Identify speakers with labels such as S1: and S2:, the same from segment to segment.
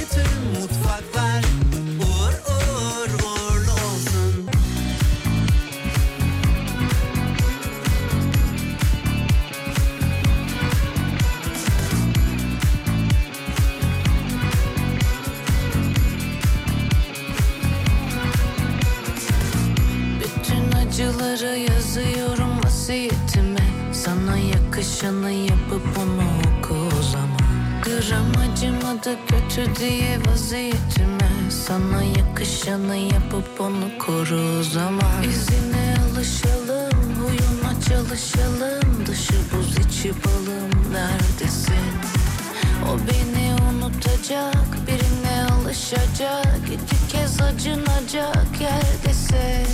S1: Bütün mutfaklar uğur uğur uğurlu olsun.
S2: Bütün acıları yazıyorum vasiyetime Sana yakışanı yapıp onu oku o zaman Gram acımadı kötü diye vaziyetime Sana yakışanı yapıp onu koru o zaman İzine alışalım, huyuna çalışalım Dışı buz içi balım neredesin? O beni unutacak, birine alışacak İki kez acınacak yerdesin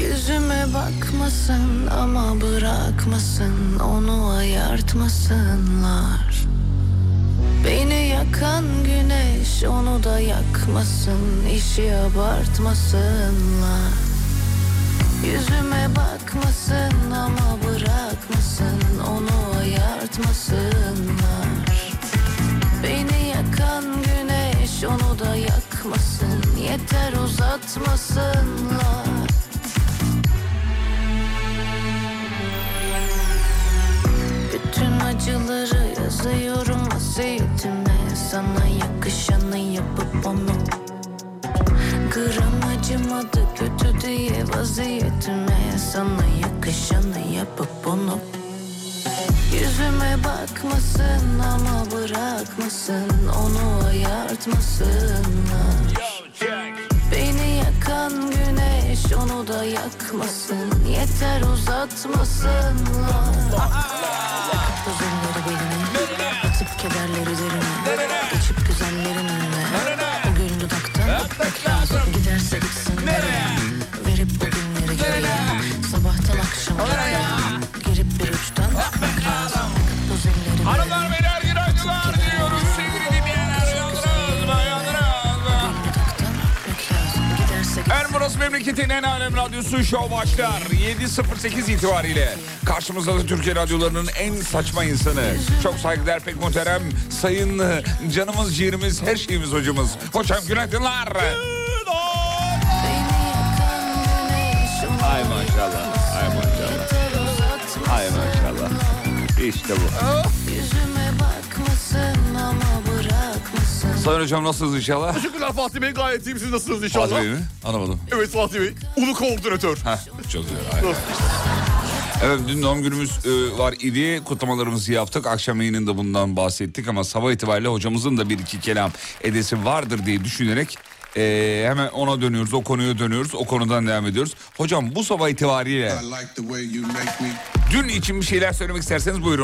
S2: Yüzüme bakmasın ama bırakmasın Onu ayartmasınlar Beni yakan güneş onu da yakmasın işi abartmasınlar Yüzüme bakmasın ama bırakmasın Onu ayartmasınlar Beni yakan güneş onu da yakmasın Yeter uzatmasınlar Bütün acıları yazıyorum vasiyetime Sana yakışanı yapıp onu Gram acımadı kötü diye vaziyetime Sana yakışanı yapıp onu Yüzüme bakmasın ama bırakmasın Onu ayartmasınlar Beni yakan güneş onu da yakmasın Yeter uzatmasınlar Yakıp da zulleri beline Atıp kederleri derine Geçip güzellerin önüne O gül dudaktan öpmek lazım Giderse gitsin nereye Verip o günleri geriye Sabahtan akşama Girip bir uçtan öpmek lazım Yakıp da zulleri beline
S3: Hanımlar beyler günaydınlar diliyoruz sevgili dinleyenler yandınız mı yandınız
S2: O
S3: mı?
S2: gül dudaktan öpmek lazım Giderse gitsin
S3: Ermuros Memleketi'nin en alem radyosu şov başlar 7.08 itibariyle. Karşımızda da Türkiye radyolarının en saçma insanı. Çok saygıdeğer pek muhterem sayın canımız ciğerimiz her şeyimiz hocamız. Hocam günaydınlar.
S2: Beni yakan güneş onu
S4: Ay maşallah. Ay maşallah.
S2: yeter uzatmasın
S4: Ay maşallah. İşte bu.
S2: Yüzüme bakmasın ama bırakmasın
S3: Sayın hocam nasılsınız inşallah?
S4: Teşekkürler Fatih Bey. Gayet iyiyim. Siz nasılsınız
S3: Fatih
S4: inşallah?
S3: Bey mi? Anlamadım.
S4: Evet Fatih Bey. Ulu koordinatör.
S3: Heh, çok güzel. aynen. Evet dün doğum günümüz e, var idi. Kutlamalarımızı yaptık. Akşam yayınında bundan bahsettik ama sabah itibariyle hocamızın da bir iki kelam edesi vardır diye düşünerek e, hemen ona dönüyoruz. O konuya dönüyoruz. O konudan devam ediyoruz. Hocam bu sabah itibariyle
S5: I like the way you make me.
S3: dün için bir şeyler söylemek isterseniz buyurun.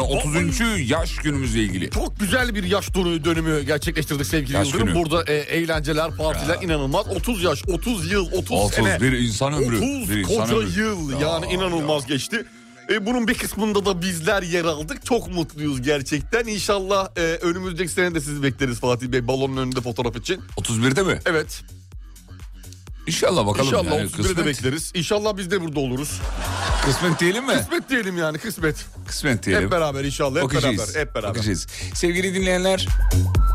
S3: 30. yaş günümüzle ilgili.
S4: Çok güzel bir yaş dönü- dönümü gerçekleştirdik sevgili
S3: Yaş
S4: Yıldırım.
S3: günü.
S4: Burada e, eğlenceler, partiler inanılmaz. 30 yaş, 30 yıl, 30, sene.
S3: 31 insan ömrü.
S4: 30
S3: Bir insan
S4: koca
S3: ömrü.
S4: yıl
S3: Ya,
S4: yani inanılmaz geçti. E, bunun bir kısmında da bizler yer aldık. Çok mutluyuz gerçekten. İnşallah e, önümüzdeki sene de sizi bekleriz Fatih Bey balonun önünde fotoğraf için.
S3: 31'de mi?
S4: Evet.
S3: İnşallah bakalım.
S4: İnşallah
S3: yani.
S4: 31'i de
S3: Kısmet,
S4: bekleriz. İnşallah biz de burada oluruz.
S3: kısmet diyelim mi?
S4: Kısmet diyelim yani kısmet.
S3: Kısmet diyelim.
S4: Hep beraber inşallah. Hep
S3: Bakacağız.
S4: beraber. Hep beraber.
S3: Bakacağız. Sevgili dinleyenler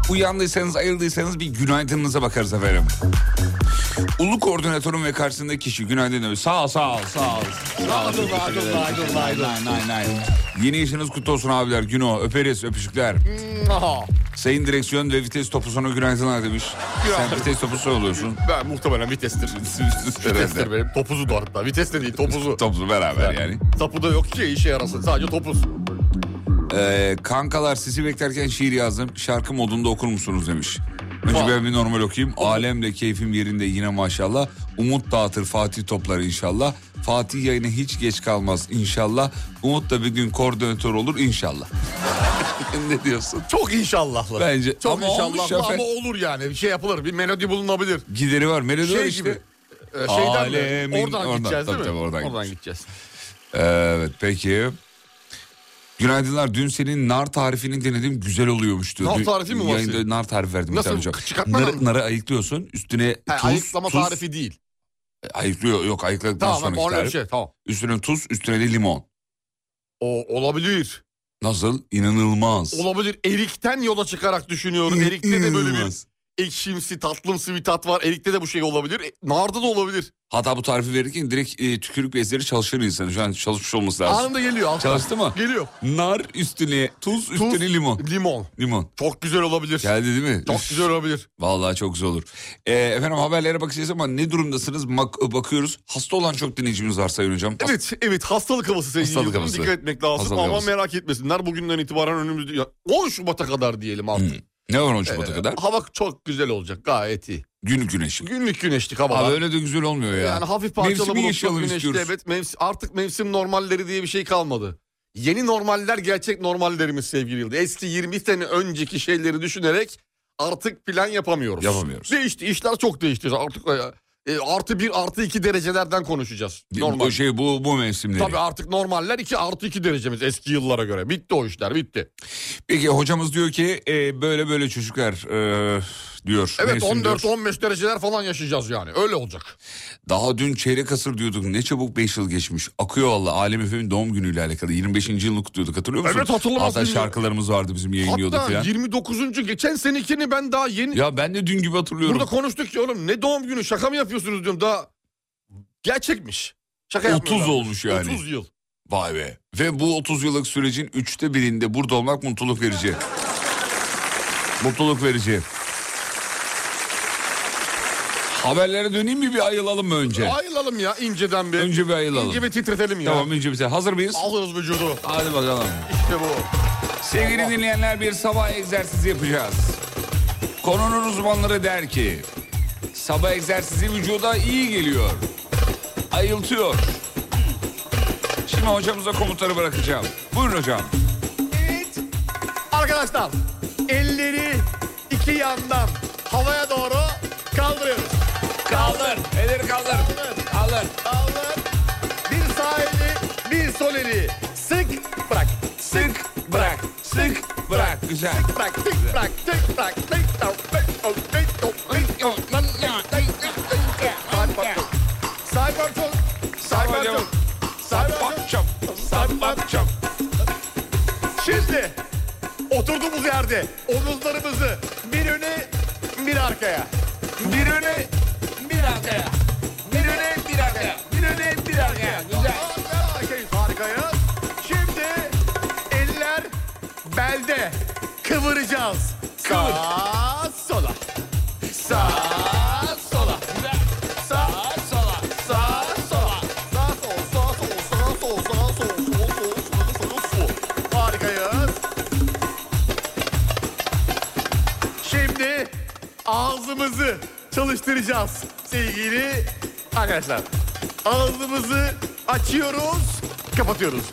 S3: uyandıysanız ayıldıysanız bir günaydınınıza bakarız efendim. Ulu koordinatörüm ve karşısındaki kişi günaydın diyor. Sağ ol, sağ ol, sağ ol. Sağ ol.
S4: Aydın, aydın, aydın, aydın.
S3: Nay, nay, nay. Yeni işiniz kutlu olsun abiler. Güno, öperiz, öpücükler.
S4: Aha.
S3: Sayın direksiyon ve vites topusuna günaydınlar demiş. Sen vites topusu oluyorsun.
S4: Ben muhtemelen vitestir. vitestir
S3: Herhalde.
S4: benim. Topuzu da hatta. Vites de değil topuzu.
S3: Topusu beraber yani.
S4: Tapu da yok ki işe yarasın. Sadece topuz.
S3: Ee, kankalar sizi beklerken şiir yazdım. Şarkı modunda okur musunuz demiş. Önce ben bir normal okuyayım. Alemle keyfim yerinde yine maşallah. Umut dağıtır Fatih toplar inşallah. Fatih yayına hiç geç kalmaz inşallah. Umut da bir gün koordinatör olur inşallah. ne diyorsun?
S4: Çok inşallahlı.
S3: Bence.
S4: Çok
S3: Ama olmuş
S4: inşallahlı
S3: ya.
S4: ama olur yani. Bir şey yapılır. Bir melodi bulunabilir.
S3: Gideri var. Melodi var
S4: Şey
S3: işte.
S4: gibi. e, Şeyden de,
S3: Alemin-
S4: oradan,
S3: oradan,
S4: gideceğiz değil
S3: tabii
S4: mi?
S3: tabii, oradan
S4: gideceğiz.
S3: Evet peki. Günaydınlar. Dün senin nar tarifini denedim. Güzel oluyormuş diyor.
S4: Nar
S3: Dün
S4: tarifi mi var
S3: yayında
S4: senin?
S3: Nar tarifi verdim. bir
S4: Nasıl?
S3: tane hocam.
S4: Çıkartmadan mı?
S3: Narı, narı ayıklıyorsun. Üstüne
S4: Ha,
S3: tuz.
S4: ayıklama
S3: E, tuz. E,
S4: tarifi değil.
S3: Ayıklıyor. Yok ayıkladıktan
S4: Tamam
S3: sonra
S4: öyle bir
S3: tarif.
S4: şey. Tamam.
S3: Üstüne tuz, üstüne de limon.
S4: O olabilir.
S3: Nasıl? İnanılmaz.
S4: Olabilir. Erik'ten yola çıkarak düşünüyorum. Erik'te de böyle bir ekşimsi, tatlımsı bir tat var. Erik'te de bu şey olabilir. E, Narda da olabilir.
S3: Hatta bu tarifi verirken direkt e, tükürük bezleri çalışır insanın. Şu an çalışmış olması lazım.
S4: Anında geliyor. altta.
S3: Çalıştı mı?
S4: Geliyor.
S3: Nar üstüne tuz üstüne
S4: Tuz,
S3: limon.
S4: Limon.
S3: Limon.
S4: Çok güzel olabilir.
S3: Geldi değil mi?
S4: Çok
S3: Üf,
S4: güzel olabilir.
S3: Vallahi çok güzel olur. E, efendim haberlere bakacağız ama ne durumdasınız Bak- bakıyoruz. Hasta olan çok dinleyicimiz var Sayın Hocam. Hasta-
S4: Evet, evet hastalık havası sevgili
S3: Hastalık
S4: yıldırım.
S3: havası.
S4: Dikkat etmek lazım
S3: Hastalık
S4: ama
S3: havası.
S4: merak etmesinler. Bugünden itibaren önümüzde ya, 10 Şubat'a kadar diyelim artık.
S3: Hmm.
S4: Ee,
S3: Ne var 10 Şubat'a kadar?
S4: Hava çok güzel olacak gayet iyi.
S3: Gün güneşi.
S4: Günlük güneşlik hava.
S3: Abi öyle de güzel olmuyor ya.
S4: Yani hafif parçalı
S3: Mevsimi
S4: bulutlu
S3: yaşayalım
S4: güneşli
S3: istiyoruz.
S4: evet mevs- artık mevsim normalleri diye bir şey kalmadı. Yeni normaller gerçek normallerimiz sevgili Yıldız. Eski 20 sene önceki şeyleri düşünerek artık plan yapamıyoruz.
S3: Yapamıyoruz.
S4: Değişti işler çok değişti artık e, e, artı 1 artı 2 derecelerden konuşacağız. Normal.
S3: Bu şey bu bu mevsimleri.
S4: Tabii artık normaller 2 artı 2 derecemiz eski yıllara göre. Bitti o işler bitti.
S3: Peki hocamız diyor ki e, böyle böyle çocuklar e, diyor.
S4: Evet
S3: Mevsim diyor.
S4: 14-15 dereceler falan yaşayacağız yani öyle olacak.
S3: Daha dün çeyrek asır diyorduk. Ne çabuk 5 yıl geçmiş. Akıyor valla. Alem Efem'in doğum günüyle alakalı. 25. yılını kutluyorduk hatırlıyor musun?
S4: Evet, hatırlamaz
S3: Hatta
S4: mıyım ya?
S3: şarkılarımız vardı bizim yayınlıyorduk
S4: Hatta
S3: falan.
S4: 29. geçen senekini ben daha yeni
S3: Ya ben de dün gibi hatırlıyorum.
S4: Burada konuştuk ya oğlum ne doğum günü şaka mı yapıyorsunuz diyorum daha gerçekmiş. Şaka
S3: 30
S4: yapmıyorlar.
S3: olmuş yani.
S4: 30 yıl.
S3: Vay be. Ve bu 30 yıllık sürecin üçte birinde burada olmak mutluluk verici. mutluluk verici. Haberlere döneyim mi bir ayılalım mı önce?
S4: Ayrılalım ya inceden bir.
S3: Önce bir ayılalım.
S4: İnce bir titretelim ya.
S3: Tamam önce bize. Hazır mıyız?
S4: Alıyoruz vücudu.
S3: Hadi bakalım.
S4: İşte bu.
S3: Sevgili dinleyenler bir sabah egzersizi yapacağız. Konunun uzmanları der ki sabah egzersizi vücuda iyi geliyor. Ayıltıyor. Şimdi hocamıza komutları bırakacağım. Buyurun hocam.
S4: Evet. Arkadaşlar elleri iki yandan havaya doğru kaldırıyoruz.
S3: Kaldır. Elleri kaldır. Kaldır.
S4: Kaldır. Bir sağ eli bir sol eli. Sık bırak.
S3: Sık bırak. Sık bırak. Güzel.
S4: Bırak. Tık bırak. Tık bırak. Tık bırak. Tık bırak. Tık bırak. Cyberpunk. Cyberpunk. Cyberpunk. Cyberpunk.
S3: Sapakçam. Sapakçam.
S4: Şimdi oturduğumuz yerde omuzlarımızı bir öne bir arkaya. Bir öne bir arkaya. Bir öne bir arkaya. Bir öne bir arkaya. Güzel. Harikayız. Şimdi eller belde kıvıracağız. Sağa sola. Sağa sola. Sağ sola. Sağ sola. Sağ sol. Sağ sol. Sağ sol. Sağ sol. Sol sol. Sol sol. sol. Harikayız. Şimdi ağzımızı çalıştıracağız sevgili arkadaşlar. Ağzımızı açıyoruz, kapatıyoruz.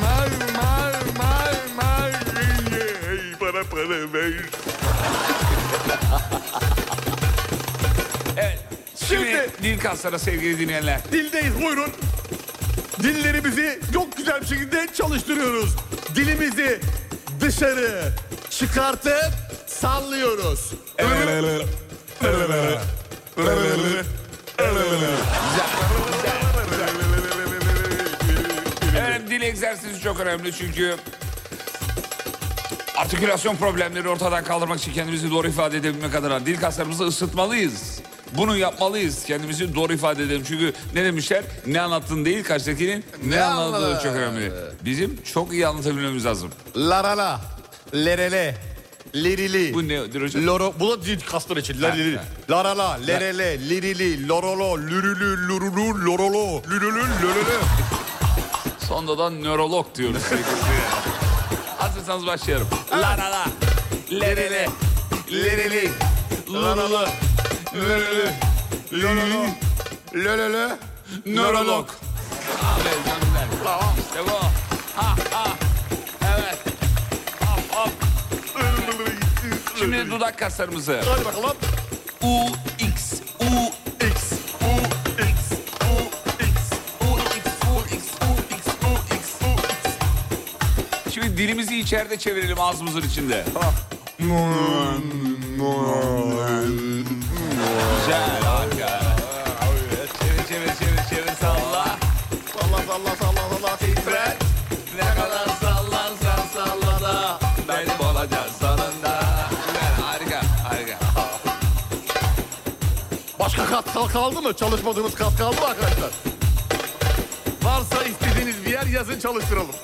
S4: Mar mar mar mar ey para para ver.
S3: Şimdi dil kaslara sevgili dinleyenler.
S4: Dildeyiz buyurun. Dillerimizi çok güzel bir şekilde çalıştırıyoruz. Dilimizi dışarı çıkartıp sallıyoruz.
S3: Efendim dil egzersizi çok önemli çünkü artikülasyon problemleri ortadan kaldırmak için kendimizi doğru ifade edebilmek adına dil kaslarımızı ısıtmalıyız. Bunu yapmalıyız. Kendimizi doğru ifade edelim. Çünkü ne demişler? Ne anlattın değil karşıdakinin ne,
S4: Ne
S3: anladığı
S4: anladı?
S3: çok önemli. Bizim çok iyi anlatabilmemiz lazım.
S4: Larala, lerele, lirili.
S3: Bu nedir hocam?
S4: Loro, bu da dil kasları için. Lerili.
S3: ha.
S4: Larala, lerele, lirili, lorolo, lürülü, lurulu, lorolo, lürülü, lörülü.
S3: Sonradan nörolog diyoruz. Hazırsanız başlayalım. La la la. Lerele. Lereli. Lululu. Lülülü.
S4: Lorolo, lörülü,
S3: Nörolog. Abi gönder.
S4: Tamam.
S3: İşte bu. Ha ha. Evet. Hop hop. Şimdi dudak kaslarımızı.
S4: Hadi bakalım.
S3: U, X, U, X, U, X, U, X, U, X, U, X, U, X, U, X, U, X. Şimdi dilimizi içeride çevirelim ağzımızın içinde.
S4: Başka katkı kaldı mı? Çalışmadığınız katkı kaldı mı arkadaşlar? Varsa istediğiniz bir yer yazın çalıştıralım.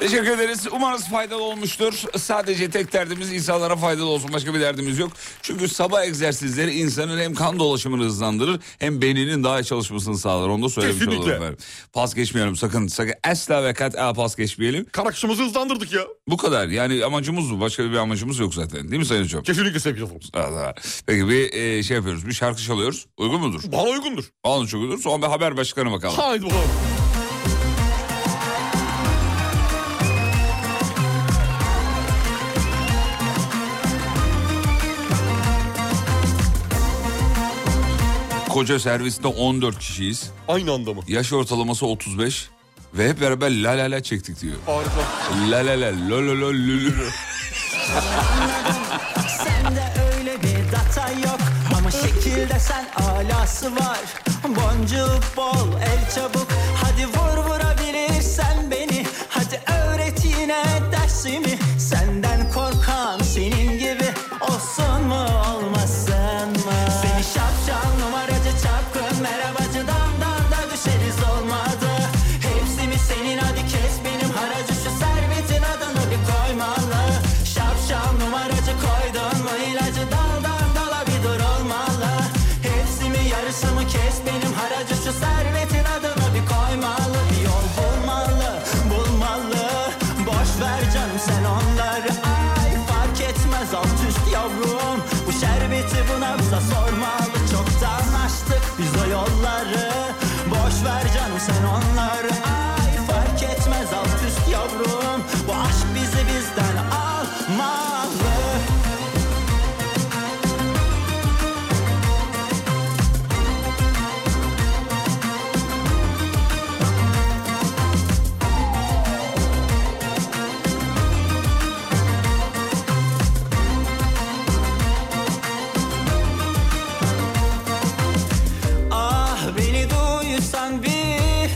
S3: Teşekkür ederiz. Umarız faydalı olmuştur. Sadece tek derdimiz insanlara faydalı olsun. Başka bir derdimiz yok. Çünkü sabah egzersizleri insanın hem kan dolaşımını hızlandırır hem beyninin daha iyi çalışmasını sağlar. Onu da söylemiş
S4: Kesinlikle.
S3: olalım efendim. Pas geçmeyelim sakın. sakın. Asla ve kat'a pas geçmeyelim.
S4: Karakışımızı hızlandırdık ya.
S3: Bu kadar. Yani amacımız bu. Başka bir amacımız yok zaten. Değil mi Sayın Hocam?
S4: Kesinlikle sevgili dostum.
S3: Allah. Peki bir e, şey yapıyoruz. Bir şarkı çalıyoruz. Uygun mudur?
S4: Bana uygundur.
S3: Alın çok uygundur. Sonra bir haber başkanı bakalım.
S4: Haydi bakalım.
S3: Koca serviste 14 kişiyiz.
S4: Aynı anda mı?
S3: Yaş ortalaması 35. Ve hep beraber la la la çektik diyor.
S4: Harika.
S3: La la la lo lo lo lü lü lü.
S6: Sende öyle bir data yok Ama şekilde sen alası var Boncuk bol el çabuk Hadi vur vurabilirsen beni Hadi öğret yine dersimi Senden korkan senin gibi Olsun mu olmasın mı Seni şapşal numaracı çapkın Merhabacı damdan da düşeriz olmadı Hepsi mi senin hadi kes benim haracı Şu servetin adını bir koymalı Şapşal numaracı koydun mu ilacı daldan dala bir dur olmalı Hepsi mi yarısı mı kes benim haracı Şu servetin adını bir koymalı Bir yol bulmalı bulmalı Boş ver canım sen onları Ay fark etmez alt üst yavrum Bu şerbeti bu nabza sormalı Çoktan açtık biz o yolları Boş ver canım sen onları Ay fark etmez alt üst yavrum Bu aşk bizi bizden almalı Ah beni duysan bir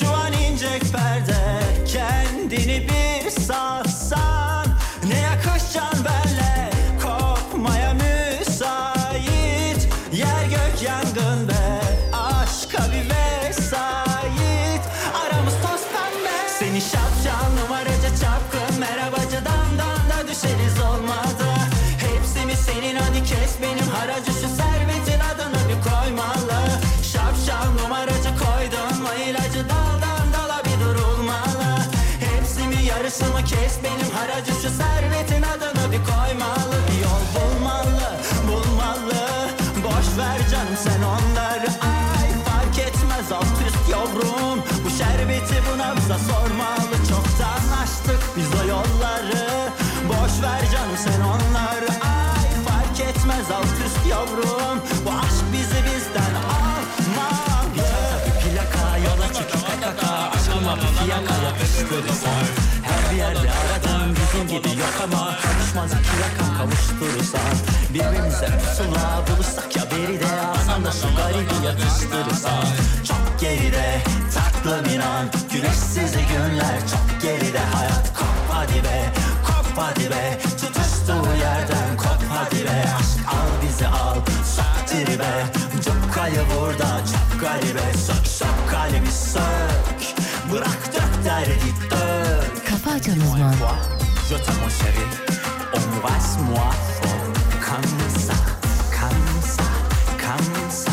S6: Şu an incek perde Kendini bir satsan Ne yakışacaksın benle Kopmaya müsait Yer gök yangın be Aşka bir vesait Aramız toz pembe Seni şapşal numaracı çapkın Merhabacı damdan da düşeriz olmadı Hepsi mi senin hadi kes benim haracı Şu servetin adını bir koymalı Şapşal numaracı koydun mu ilacı Daldan dala bir durulmalı Hepsi mi yarısı mı kes benim haracı Şu servetin adını bir koymalı Bir yol bulmalı bulmalı Boş ver canım sen onları Ay fark etmez alt üst yavrum Bu şerbeti bu nabza sormalı Çoktan açtık biz o yolları Boş ver canım sen onları Ay fark etmez alt üst yavrum Bu aşk bizi bizden almalı Plaka yola çık plaka Aşkıma bir fiyaka yapıştırırsan Her bir yerde aradığım bizim gibi yok ama Kavuşmaz iki rakam kavuşturursan Birbirimize pusula buluşsak ya beri de Alsan da şu garibi yatıştırırsan Çok geride tatlı bir an Güneşsiz günler çok geride hayat Kop hadi be kop hadi be Tutuştuğu yerden kop hadi be Aşk al bizi al sok tribe Cıkkayı vur da çok garibe Sök sök kalbi sök Bırak dök derdi dök
S7: Kafa Açan Uzman
S6: moi, je te mon chéri, embrasse-moi fort, comme ça, comme ça, comme ça.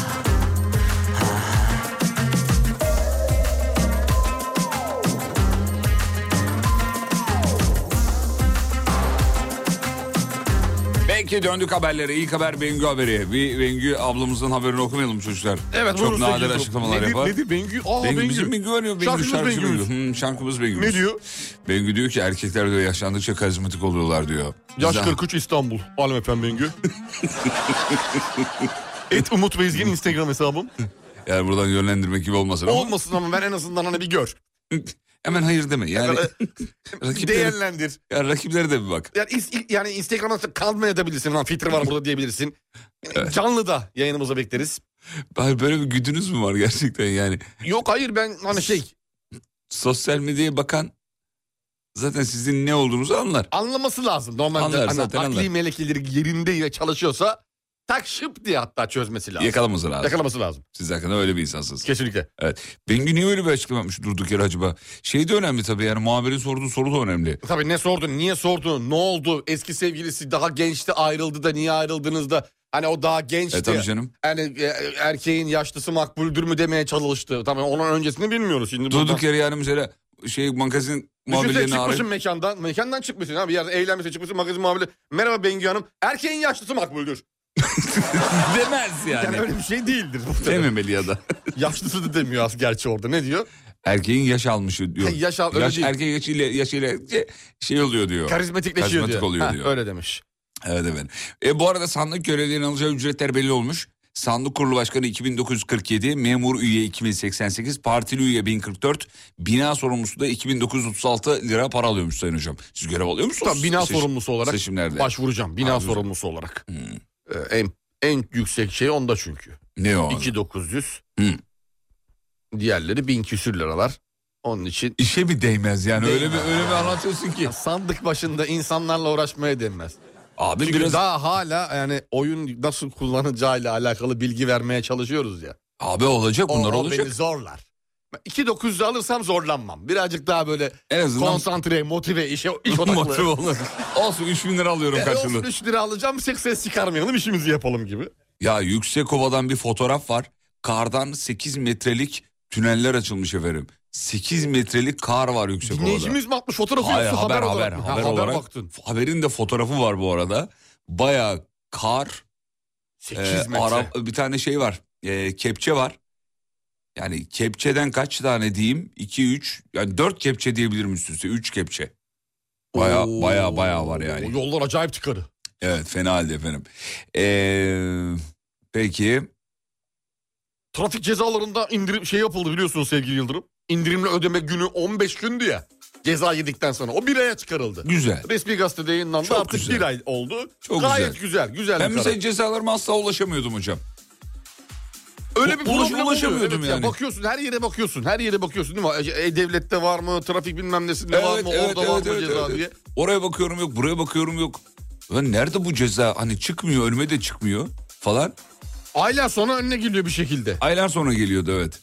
S3: Belki döndük haberlere. İlk haber Bengü haberi. Bir Bengü ablamızın haberini okumayalım çocuklar. Çok
S4: buyurun
S3: nadir
S4: sevgili dostum.
S3: açıklamalar
S4: nedir,
S3: yapar.
S4: Nedir Bengü? Aa
S3: Bengü,
S4: Bengü.
S3: bizim Bengü var ya. Bengü
S4: Şarkımız
S3: şarkısı
S4: Bengü'müz.
S3: Bengü. Hı, şarkımız Bengü.
S4: Ne diyor?
S3: Bengü diyor ki erkekler diyor yaşlandıkça karizmatik oluyorlar diyor.
S4: Yaş
S3: Bizden-
S4: 43 İstanbul. Alem efendim Bengü. Et Umut Bezgin Instagram hesabım.
S3: Yani buradan yönlendirmek gibi olmasın ama.
S4: Olmasın ama ben en azından hani bir gör. e,
S3: Hemen hayır deme. Yani rakipleri,
S4: Değerlendir.
S3: ya rakiplere de bir bak.
S4: Yani, is- yani Instagram'da kalmayabilirsin. Lan filtre var burada diyebilirsin. Canlı da yayınımıza bekleriz.
S3: Hayır, Böyle bir güdünüz mü var gerçekten yani?
S4: Yok hayır ben hani şey
S3: Sosyal medyaya bakan zaten sizin ne olduğunuzu anlar.
S4: anlaması lazım. Normalde
S3: Anlar,
S4: hani
S3: zaten
S4: akli
S3: anlar.
S4: melekeleri yerinde ve çalışıyorsa tak şıp diye hatta çözmesi lazım.
S3: Yakalaması lazım.
S4: Yakalaması lazım.
S3: Siz hakkında öyle bir insansınız.
S4: Kesinlikle.
S3: Evet. Bengü niye öyle bir açıklama yapmış durduk yere acaba? Şey de önemli tabii yani muhabirin sorduğu soru da önemli.
S4: Tabii ne sordun, niye sordun, ne oldu? Eski sevgilisi daha gençti ayrıldı da niye ayrıldınız da? Hani o daha gençti.
S3: E tabii canım.
S4: Yani e, erkeğin yaşlısı makbuldür mü demeye çalıştı. Tabii onun öncesini bilmiyoruz şimdi.
S3: Durduk
S4: buradan.
S3: yere yani mesela şey magazin
S4: Düşünsene
S3: muhabirlerini
S4: çıkmışsın
S3: arayıp
S4: mekandan. Mekandan çıkmışsın abi. Bir yerde eğlenmesi çıkmışsın magazin muhabiri. Merhaba Bengü Hanım. Erkeğin yaşlısı makbuldür.
S3: demez
S4: Yani
S3: yani.
S4: öyle bir şey değildir. bu.
S3: Dememeli ya da.
S4: Yaşlısı da demiyor az gerçi orada. Ne diyor?
S3: Erkeğin yaş almışı diyor.
S4: Ha, yaş al- öyle değil.
S3: Erkeğin yaşıyla, yaşıyla şey oluyor diyor.
S4: Karizmatikleşiyor
S3: Karizmatik
S4: diyor.
S3: oluyor
S4: Ha,
S3: diyor.
S4: Öyle demiş.
S3: Evet evet. E, bu arada sandık görevlerinin alacağı ücretler belli olmuş. Sandık kurulu başkanı 2947, memur üye 2088, partili üye 1044, bina sorumlusu da 2936 lira para alıyormuş Sayın Hocam. Siz görev alıyor musunuz?
S4: Tabii bina
S3: Seç-
S4: sorumlusu olarak
S3: Seçimlerde. Hmm.
S4: başvuracağım. Bina
S3: Ha, güzel.
S4: sorumlusu olarak. Ee, en, en yüksek şey onda çünkü.
S3: Ne o? Hmm.
S4: 2900.
S3: Hı.
S4: Diğerleri 1000 küsür liralar. Onun için
S3: İşe mi değmez yani öyle bir öyle bir anlatıyorsun ki.
S4: ya sandık başında insanlarla uğraşmaya denmez.
S3: Abi
S4: Çünkü
S3: biraz
S4: daha hala yani oyun nasıl kullanacağıyla alakalı bilgi vermeye çalışıyoruz ya.
S3: abi olacak bunlar
S4: o, o
S3: olacak.
S4: beni zorlar. 2900 alırsam zorlanmam. Birazcık daha böyle
S3: En azından
S4: konsantre, motive, işe iş
S3: motive
S4: odaklı.
S3: olur. Olsun 3000 lira alıyorum
S4: E, olsun
S3: karşılığı.
S4: 3 lira alacağım seks ses çıkarmayalım işimizi yapalım gibi.
S3: Ya Yüksekova'dan bir fotoğraf var. Kardan 8 metrelik tüneller açılmış efendim. 8 metrelik kar var Yüksekova'da.
S4: Dinleyicimiz mi atmış fotoğrafı
S3: Hayır,
S4: yoksa
S3: haber
S4: haber,
S3: haber haber,
S4: olarak mı? Ha, haber
S3: olarak.
S4: baktın.
S3: Haberin de fotoğrafı var bu arada. Baya kar,
S4: 8
S3: e,
S4: metre.
S3: ara, bir tane şey var. E, kepçe var. Yani kepçeden kaç tane diyeyim? 2 3 yani 4 kepçe diyebilirim üst üste. 3 kepçe. Baya
S4: Oo.
S3: baya baya var yani.
S4: Yollar acayip tıkarı.
S3: Evet fena halde efendim. Ee, peki
S4: Trafik cezalarında indirim şey yapıldı biliyorsunuz sevgili Yıldırım. İndirimli ödeme günü 15 gündü ya. Ceza yedikten sonra o bir aya çıkarıldı.
S3: güzel.
S4: Resmi gazetede yayınlandı
S3: Çok
S4: artık
S3: güzel.
S4: bir ay oldu.
S3: Çok
S4: Gayet güzel. Güzel,
S3: Ben
S4: bir karar.
S3: mesela cezalarıma asla ulaşamıyordum hocam.
S4: Öyle bir
S3: Ulaş-
S4: problem oluyor.
S3: ulaşamıyordum
S4: Evet ya,
S3: yani.
S4: bakıyorsun her yere bakıyorsun. Her yere bakıyorsun değil mi? E, e, devlette var mı? Trafik bilmem nesinde var mı? Orada var mı ceza
S3: evet.
S4: diye.
S3: Oraya bakıyorum yok, buraya bakıyorum yok. Lan nerede bu ceza? Hani çıkmıyor, önüme de çıkmıyor falan.
S4: Aylar sonra önüne geliyor bir şekilde.
S3: Aylar sonra geliyordu evet.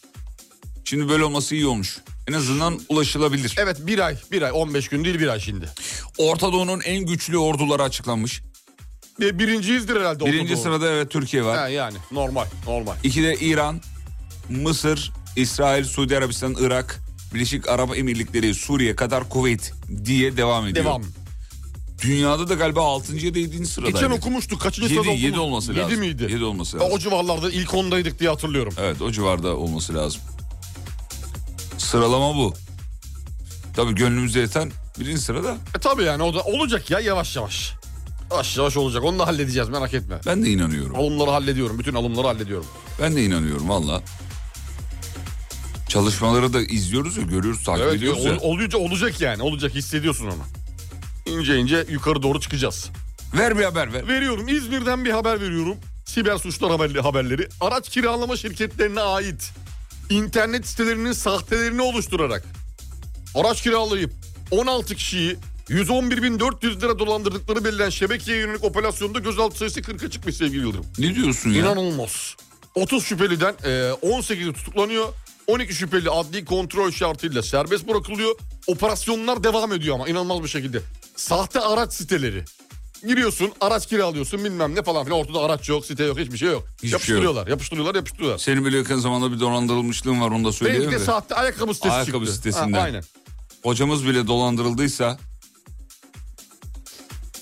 S3: Şimdi böyle olması iyi olmuş. En azından ulaşılabilir.
S4: Evet bir ay. Bir ay. 15 gün değil bir ay şimdi.
S3: Orta Doğu'nun en güçlü orduları açıklanmış.
S4: E, Birinciyizdir herhalde.
S3: Birinci
S4: ortada.
S3: sırada evet Türkiye var.
S4: Ha, yani normal. Normal.
S3: İkide İran, Mısır, İsrail, Suudi Arabistan, Irak, Birleşik Arap Emirlikleri, Suriye kadar Kuveyt diye devam ediyor.
S4: Devam.
S3: Dünyada da galiba 6. ya da 7. sırada.
S4: Geçen okumuştuk. Kaçıncı sırada
S3: 7,
S4: okumuştuk?
S3: 7 olması lazım.
S4: Yedi miydi?
S3: 7 olması
S4: Ya
S3: lazım.
S4: O civarlarda ilk ondaydık diye hatırlıyorum.
S3: Evet o civarda olması lazım. Sıralama bu. Tabii gönlümüzde yeten birinci sırada
S4: E tabii yani o da olacak ya yavaş yavaş. Yavaş yavaş olacak. Onu da halledeceğiz merak etme.
S3: ben de inanıyorum.
S4: Alımları hallediyorum. Bütün alımları hallediyorum.
S3: Ben de inanıyorum valla. Çalışmaları da izliyoruz ya görüyoruz takip
S4: Evet e,
S3: ediyoruz
S4: ol-
S3: ya.
S4: olunca olacak yani. Olacak hissediyorsun onu. İnce ince yukarı doğru çıkacağız.
S3: Ver bir haber ver.
S4: Veriyorum İzmir'den bir haber veriyorum. Siber suçlar haberli haberleri. Araç kiralama şirketlerine ait internet sitelerinin sahtelerini oluşturarak araç kiralayıp 16 kişiyi 111.400 lira dolandırdıkları belirlen şebekeye yönelik operasyonda gözaltı sayısı 40'a çıkmış sevgili Yıldırım.
S3: Ne diyorsun ya?
S4: İnanılmaz. 30 şüpheliden e, 18'i tutuklanıyor. 12 şüpheli adli kontrol şartıyla serbest bırakılıyor. Operasyonlar devam ediyor ama inanılmaz bir şekilde. Sahte araç siteleri. Giriyorsun araç kiralıyorsun bilmem ne falan filan. Ortada araç yok site yok hiçbir şey yok.
S3: şey yok.
S4: yapıştırıyorlar, yapıştırıyorlar yapıştırıyorlar
S3: Senin böyle yakın zamanda bir dolandırılmışlığın var onu da
S4: Belki
S3: söyleyelim
S4: de
S3: mi?
S4: sahte ayakkabı sitesi
S3: Ayakkabı
S4: çıktı.
S3: sitesinden.
S4: Ha, aynen.
S3: Hocamız bile dolandırıldıysa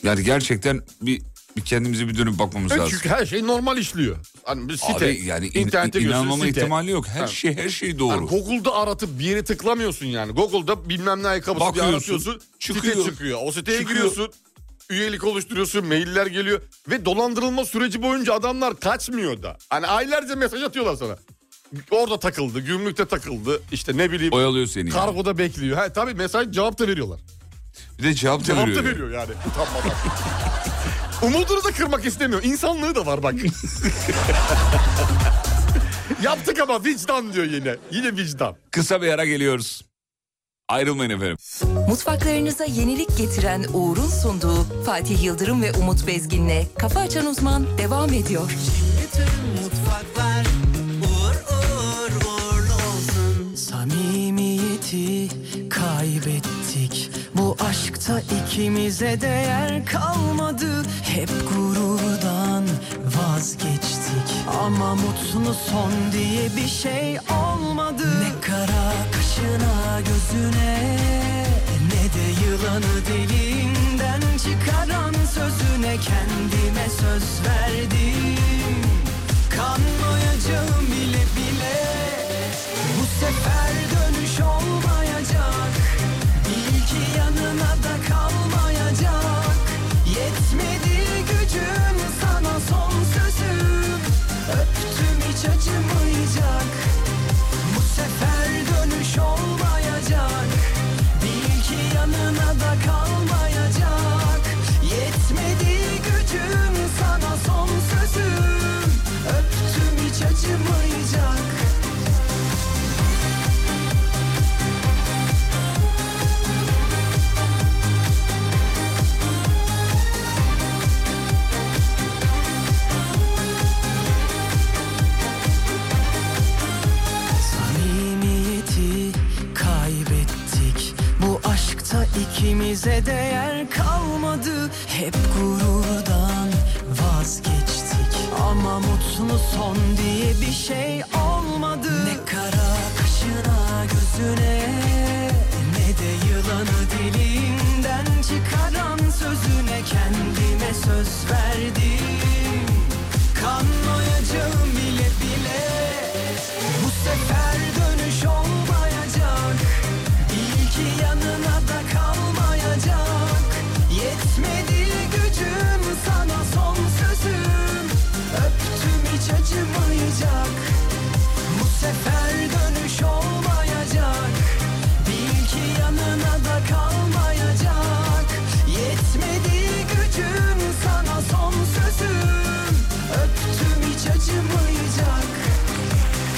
S3: yani gerçekten bir, bir kendimize bir dönüp bakmamız
S4: Evet,
S3: lazım.
S4: çünkü her şey normal işliyor. Hani bir site.
S3: Abi yani in,
S4: İnternette görüyorsun,
S3: inanmama
S4: site.
S3: ihtimali yok. Her
S4: Ha.
S3: şey her şey
S4: Yani
S3: doğru.
S4: Google'da aratıp bir yere tıklamıyorsun yani. Google'da bilmem ne ayakkabısı bir
S3: Bakıyorsun,
S4: aratıyorsun. Çıkıyor.
S3: çıkıyor.
S4: Site çıkıyor. O siteye
S3: Çıkıyor.
S4: giriyorsun. Üyelik oluşturuyorsun. Mailler geliyor. Ve dolandırılma süreci boyunca adamlar kaçmıyor da. Hani aylarca mesaj atıyorlar sana. Orada takıldı, gümrükte takıldı. İşte ne bileyim
S3: Oyalıyor seni. yani.
S4: kargoda bekliyor. Ha, tabii mesaj cevap da veriyorlar.
S3: Bir de cevap da
S4: Cevap
S3: veriyor.
S4: da veriyor yani utanmadan. Umudunu da kırmak istemiyor. İnsanlığı da var bak. Yaptık ama vicdan diyor yine. Yine vicdan.
S3: Kısa bir ara geliyoruz. Ayrılmayın efendim.
S8: Mutfaklarınıza yenilik getiren Uğur'un sunduğu Fatih Yıldırım ve Umut Bezgin'le Kafa Açan Uzman devam ediyor.
S1: Bütün mutfaklar uğur uğur uğurlu olsun.
S9: Samimiyeti kaybettik Bu aşkta ikimize değer kalmadı Hep gururdan vazgeçtik Ama mutlu son diye bir şey olmadı Ne kara kaşına gözüne Ne de yılanı deliğinden çıkaran sözüne Kendime söz verdim Kanmayacağım bile bile bu sefer dönüş olmayacak Bil ki yanına da kalmayacak Yetmedi gücüm sana son sözüm Öptüm hiç acımayacak Bu sefer dönüş olmayacak Bil ki yanına da kalmayacak Yetmedi gücüm sana son sözüm Öptüm hiç acımayacak Samimiyeti kaybettik Bu aşkta ikimize değer kalmadı Hep gururdan vazgeçtik Ama mutlu son diye bir şey olmadı Ne kara kaşına gözüne Ne de yılanı dilinden çıkaran sözüne Kendime söz verdim Kanmayacağım bile bile bu sefer dönüş olmayacak Bil ki yanına da kalmayacak Yetmedi gücüm sana son sözüm Öptüm hiç acımayacak Bu sefer dönüş olmayacak Bil ki yanına da kalmayacak Yetmedi gücüm sana son sözüm Öptüm hiç acımayacak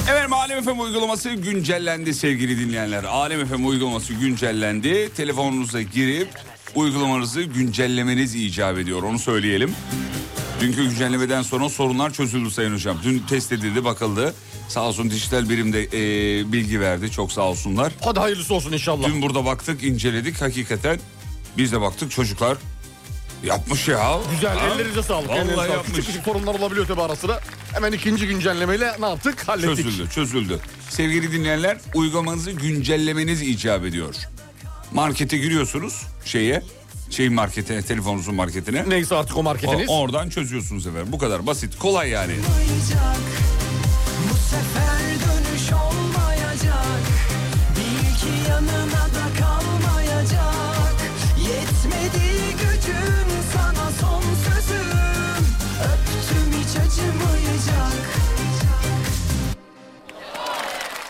S3: Efendim Alem FM uygulaması güncellendi sevgili dinleyenler. Alem FM uygulaması güncellendi. Telefonunuza girip uygulamanızı güncellemeniz icap ediyor. Onu söyleyelim. Dünkü güncellemeden sonra sorunlar çözüldü Sayın Hocam. Dün test edildi bakıldı. Sağ olsun dijital birimde eee, bilgi verdi. Çok sağ olsunlar.
S4: Hadi hayırlısı olsun inşallah.
S3: Dün burada baktık inceledik hakikaten. Biz de baktık çocuklar yapmış ya.
S4: Güzel
S3: Ha?
S4: ellerinize sağlık.
S3: Vallahi
S4: ellerinize sağlık. Küçük
S3: yapmış.
S4: küçük sorunlar olabiliyor tabii ara sıra. Hemen ikinci güncellemeyle ne yaptık? Hallettik.
S3: Çözüldü, çözüldü. Sevgili dinleyenler, uygulamanızı güncellemeniz icap ediyor. Markete giriyorsunuz şeye, şeyin marketine, telefonunuzun marketine.
S4: Neyse artık o
S3: O-
S4: marketiniz.
S3: oradan çözüyorsunuz efendim. Bu kadar basit, kolay yani.
S9: olmayacak Bu sefer dönüş olmayacak Bil ki yanına da kalmayacak Yetmedi gücüm sana son sözüm Öptüm hiç acımayacak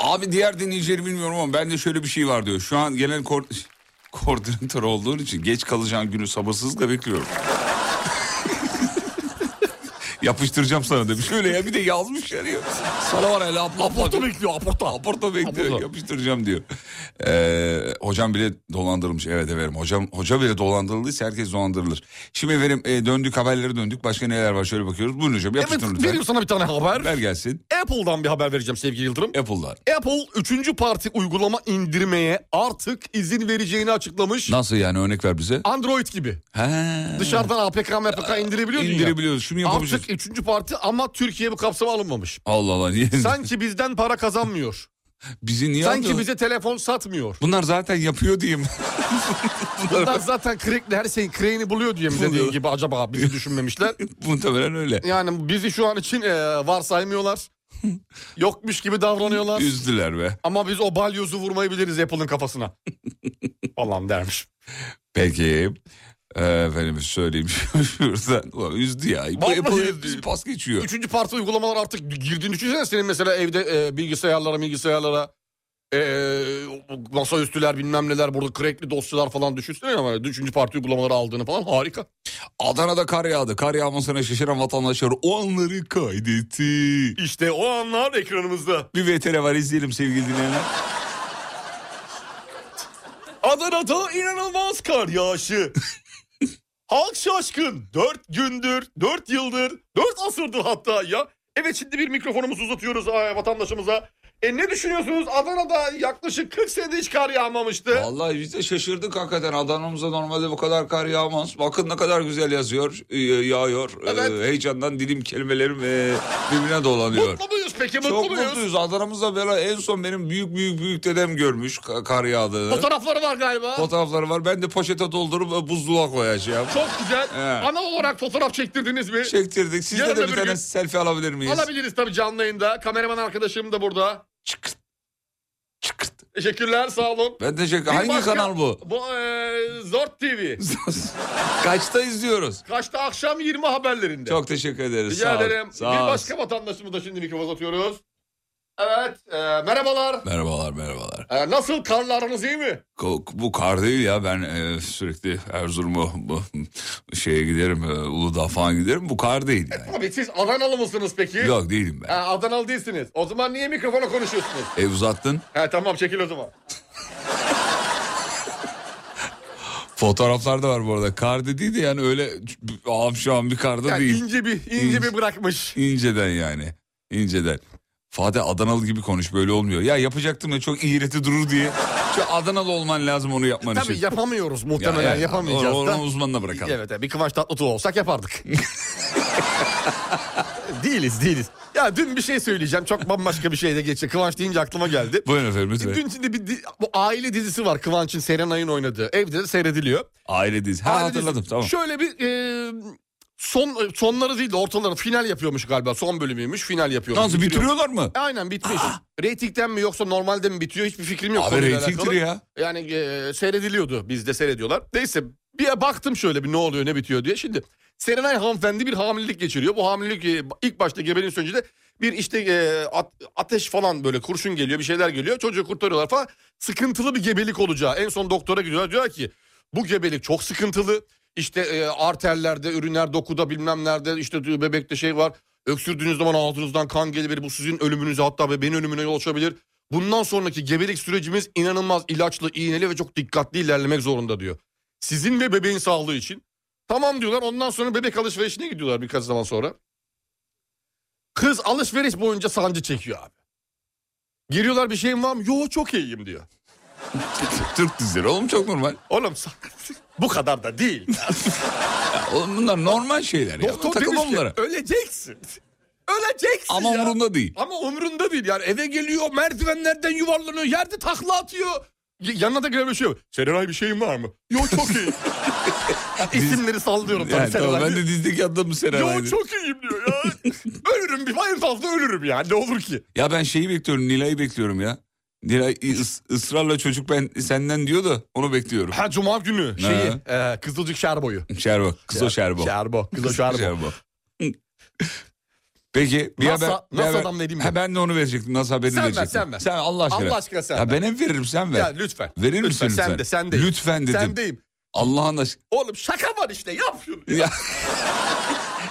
S3: Abi diğer dinleyicileri bilmiyorum ama bende şöyle bir şey var diyor. Şu an genel ko- koordinatör olduğun için geç kalacağın günü sabırsızlıkla bekliyorum. Yapıştıracağım sana demiş. Öyle ya bir de yazmış yani. Sana var hele abla.
S4: Aporta bekliyor aporta.
S3: Aporta bekliyor
S4: Aporta.
S3: yapıştıracağım diyor. Ee, hocam bile dolandırılmış evet efendim. Hocam, hoca bile dolandırıldıysa herkes dolandırılır. Şimdi efendim e, döndük haberlere döndük. Başka neler var şöyle bakıyoruz. Buyurun hocam
S4: Evet
S3: yapıştırın
S4: vereyim
S3: lütfen.
S4: sana bir tane haber.
S3: Ver gelsin.
S4: Apple'dan bir haber vereceğim sevgili Yıldırım.
S3: Apple'lar.
S4: Apple 3. parti uygulama indirmeye artık izin vereceğini açıklamış.
S3: Nasıl yani örnek ver bize.
S4: Android gibi.
S3: He.
S4: Dışarıdan APK, MPK indirebiliyor musun ya?
S3: İndirebiliyoruz. Ee, Şunu yapabileceğiz.
S4: Artık 3. parti ama Türkiye bu kapsama alınmamış.
S3: Allah Allah. Niye?
S4: Sanki bizden para kazanmıyor.
S3: bizi niye
S4: Sanki
S3: aldın?
S4: bize telefon satmıyor.
S3: Bunlar zaten yapıyor diyeyim.
S4: Bunlar zaten crackle her şeyin crane'i buluyor diye mi dediği gibi acaba bizi düşünmemişler.
S3: Muhtemelen öyle.
S4: Yani bizi şu an için e, varsaymıyorlar. Yokmuş gibi davranıyorlar.
S3: Üzdüler be.
S4: Ama biz o balyozu vurmayı biliriz Apple'ın kafasına. Falan dermiş.
S3: Peki. Ee, efendim söyleyeyim şuradan. Ulan üzdü ya. Bu
S4: Vallahi
S3: Apple
S4: üzdü.
S3: bizi pas geçiyor.
S4: Üçüncü parti uygulamalar artık girdiğini düşünsene senin mesela evde e, bilgisayarlara bilgisayarlara e, masaüstüler bilmem neler burada crackli dosyalar falan düşünsene ama üçüncü parti uygulamaları aldığını falan harika.
S3: Adana'da kar yağdı. Kar yağmasına şaşıran vatandaşlar o anları kaydetti.
S4: İşte o anlar ekranımızda.
S3: Bir VTR var izleyelim sevgili dinleyenler.
S4: Adana'da inanılmaz kar yağışı. Halk şaşkın. Dört gündür, dört yıldır, dört asırdır hatta ya. Evet şimdi bir mikrofonumuzu uzatıyoruz e, vatandaşımıza. E ne düşünüyorsunuz? Adana'da yaklaşık 40 senede hiç kar yağmamıştı.
S3: Vallahi biz de şaşırdık hakikaten. Adana'mıza normalde bu kadar kar yağmaz. Bakın ne kadar güzel yazıyor, e, yağıyor. E,
S4: Evet.
S3: Heyecandan dilim kelimelerim e, birbirine dolanıyor.
S4: Mutlu muyuz peki? Mutlu
S3: Çok
S4: muyuz?
S3: mutluyuz. Adana'mızda böyle en son benim büyük büyük büyük dedem görmüş ka- kar yağdığını.
S4: Fotoğrafları var galiba.
S3: Fotoğrafları var. Ben de poşete doldurup e, buzluğa koyacağım.
S4: Çok güzel.
S3: Evet.
S4: Ana olarak fotoğraf çektirdiniz mi?
S3: Çektirdik. Sizde
S4: Yarın
S3: de
S4: öbür
S3: bir tane
S4: gün-
S3: selfie alabilir miyiz?
S4: Alabiliriz tabii canlı yayında. Kameraman arkadaşım da burada.
S3: Çıkırt. Çıkırt.
S4: Teşekkürler sağ olun.
S3: Ben teşekkür.
S4: Bir
S3: Hangi
S4: başka-
S3: kanal bu?
S4: Bu e, eee, Zort TV.
S3: Kaçta izliyoruz?
S4: Kaçta akşam 20 haberlerinde.
S3: Çok teşekkür ederiz.
S4: Rica
S3: Sağ ol.
S4: ederim.
S3: Sağ
S4: Bir
S3: ol.
S4: başka vatandaşımı da şimdi mikrofon atıyoruz. Evet. eee, merhabalar.
S3: Merhabalar merhabalar.
S4: Eee, nasıl karlarınız iyi mi?
S3: Ko- Bu kar değil ya ben e, sürekli Erzurum'a bu, şeye giderim e, Uludağ falan giderim bu kar değil yani.
S4: Abi siz Adanalı mısınız peki?
S3: Yok değilim
S4: Ha,
S3: ben.
S4: Adanalı değilsiniz. O zaman niye mikrofona konuşuyorsunuz?
S3: E uzattın
S4: He tamam çekil o zaman.
S3: fotoğraflar da var bu arada kar dediydi yani öyle amşam bir karda
S4: Yani
S3: değil.
S4: ince bir ince
S3: İnce.
S4: bir bırakmış.
S3: İnceden yani inceden. Fatih Adanalı gibi konuş böyle olmuyor. Ya yapacaktım da çok iğreti durur diye. Şu Adanalı olman lazım onu yapman
S4: Tabii
S3: için.
S4: yapamıyoruz
S3: şey. Ya,
S4: muhtemelen
S3: evet.
S4: yapamayacağız
S3: Onu,
S4: da.
S3: onu uzmanına bırakalım.
S4: Evet, evet bir Kıvanç Tatlıtuğ olsak yapardık. değiliz değiliz. Ya dün bir şey söyleyeceğim çok bambaşka bir şey de geçti. Kıvanç deyince aklıma geldi.
S3: Buyurun efendim lütfen.
S4: Dün şimdi bir di- bu aile dizisi var Kıvanç'ın Serenay'ın oynadığı. Evde de seyrediliyor.
S3: Aile dizisi. Ha
S4: Aile
S3: hatırladım
S4: dizisi-
S3: tamam.
S4: Şöyle bir e, son sonları değil de ortaları final yapıyormuş galiba. Son bölümüymüş final yapıyormuş.
S3: Nasıl bitiriyorlar mı? Ah!
S4: E, Aynen bitmiş. Reytingden mi yoksa normalde mi bitiyor hiçbir fikrim yok.
S3: Abi
S4: konuyla
S3: reytingdir
S4: alakalı.
S3: ya.
S4: Yani e, seyrediliyordu bizde seyrediyorlar. Neyse bir baktım şöyle bir ne oluyor ne bitiyor diye. Şimdi Serenay hanımefendi bir hamilelik geçiriyor. Bu hamilelik e, ilk başta gebeliğin sonucunda bir işte e, at- ateş falan böyle kurşun geliyor bir şeyler geliyor. Çocuğu kurtarıyorlar falan. Sıkıntılı bir gebelik olacağı. En son doktora gidiyorlar diyor ki bu gebelik çok sıkıntılı. İşte e, arterlerde, ürünler, dokuda bilmem nerede işte diyor, bebekte şey var. Öksürdüğünüz zaman ağzınızdan kan gelebilir. Bu sizin ölümünüze hatta bebeğin ölümüne yol açabilir. Bundan sonraki gebelik sürecimiz inanılmaz ilaçlı, iğneli ve çok dikkatli ilerlemek zorunda diyor. Sizin ve bebeğin sağlığı için. Tamam diyorlar ondan sonra bebek alışverişine gidiyorlar birkaç zaman sonra. Kız alışveriş boyunca sancı çekiyor abi. Giriyorlar bir şeyim var mı? Yo çok iyiyim diyor.
S3: Türk dizileri oğlum çok normal.
S4: Oğlum sa- bu kadar da değil.
S3: Ya Oğlum bunlar normal şeyler ya.
S4: Doktor
S3: Takılma
S4: demiş ki,
S3: bunlara.
S4: öleceksin. Öleceksin
S3: Ama
S4: ya.
S3: umurunda değil.
S4: Ama umurunda değil yani eve geliyor merdivenlerden yuvarlanıyor yerde takla atıyor. Y- Yanına da gelen bir şey yok. Serenay bir şeyin var mı? Yok çok iyi. İsimleri sallıyorum tabii
S3: Yani, tamam,
S4: Serenay.
S3: ben de dizdeki adamım
S4: Yo
S3: Serenay'dı.
S4: çok iyiyim diyor ya. ölürüm bir en fazla ölürüm yani ne olur ki.
S3: Ya ben şeyi bekliyorum Nilay'ı bekliyorum ya. Nilay ıs- ısrarla çocuk ben senden diyordu onu bekliyorum.
S4: Ha cuma günü şeyi e, Kızılcık Şerbo'yu.
S3: Şerbo. Kız o Şerbo.
S4: Şerbo. Kızıl Şerbo.
S3: Peki bir
S4: NASA-
S3: haber. bir haber-
S4: NASA'dan vereyim mi?
S3: Ha, ben de onu verecektim. NASA haberini
S4: Sen ver,
S3: verecektim.
S4: sen ver.
S3: Allah aşkına.
S4: Allah aşkına sen
S3: Ya
S4: ver.
S3: ben hep veririm sen ver.
S4: Ya lütfen.
S3: Verir
S4: lütfen,
S3: misin lütfen?
S4: Sen de sen de.
S3: Lütfen dedim.
S4: Sen deyim.
S3: Allah'ın aşkına.
S4: Oğlum şaka var işte yap şunu.
S3: Ya.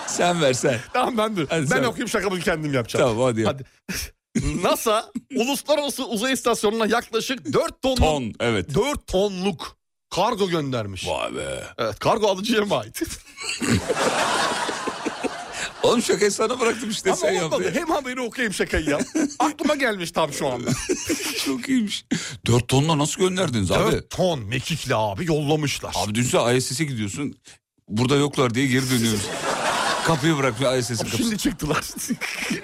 S3: sen ver sen.
S4: Tamam ben dur.
S3: Hadi
S4: ben
S3: sen-
S4: okuyayım şakamı kendim yapacağım.
S3: Tamam hadi. yap.
S4: Hadi. NASA uluslararası uzay istasyonuna yaklaşık 4 tonluk
S3: Ton evet.
S4: 4 tonluk kargo göndermiş.
S3: Vay be.
S4: Evet, kargo alıcıya mı ait?
S3: Oğlum şakayı sana bıraktım işte sen
S4: Ama olmadı.
S3: yaptın.
S4: Hem haberi okuyayım şakayı ya. Aklıma gelmiş tam şu anda.
S3: Çok iyiymiş. 4 tonla nasıl gönderdiniz abi?
S4: 4 ton mekikli abi yollamışlar.
S3: Abi dünse ISS'e gidiyorsun. Burada yoklar diye geri dönüyoruz. Kapıyı bırakmıyor ISS'in kapısı.
S4: Şimdi çıktılar.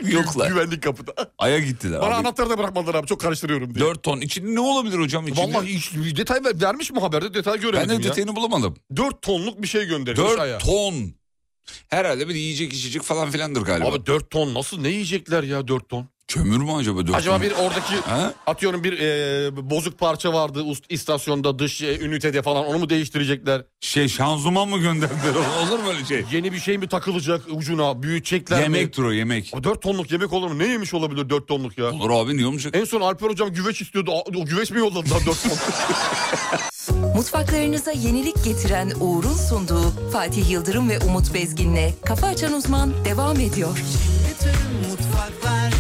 S3: Yoklar.
S4: Güvenlik kapıda.
S3: Aya gittiler
S4: Bana
S3: abi.
S4: anahtarı da bırakmadılar abi çok karıştırıyorum diye.
S3: 4 ton. İçinde ne olabilir hocam içinde?
S4: Vallahi hiç detay ver- vermiş mi haberde detay
S3: ben
S4: göremedim
S3: de
S4: ya.
S3: detayını bulamadım.
S4: 4 tonluk bir şey gönderilmiş aya.
S3: 4 ton. Herhalde bir de yiyecek içecek falan filandır galiba.
S4: Abi 4 ton nasıl ne yiyecekler ya 4 ton?
S3: Kömür mü acaba? Dört
S4: Acaba
S3: kömür?
S4: bir oradaki
S3: Ha?
S4: atıyorum bir e, bozuk parça vardı ust, istasyonda dış e, ünitede falan onu mu değiştirecekler?
S3: Şey şanzuman mı gönderdiler? Olur mu öyle şey?
S4: Yeni bir şey mi takılacak ucuna büyütecekler mi?
S3: Yemek o yemek.
S4: 4 tonluk yemek olur mu? Ne yemiş olabilir 4 tonluk ya?
S3: Olur abi niye olmayacak?
S4: En son Alper hocam güveç istiyordu. A- O güveç mi yolladılar 4 tonluk?
S8: Mutfaklarınıza yenilik getiren Uğur'un sunduğu Fatih Yıldırım ve Umut Bezgin'le Kafa Açan Uzman devam ediyor.
S1: Bütün mutfaklar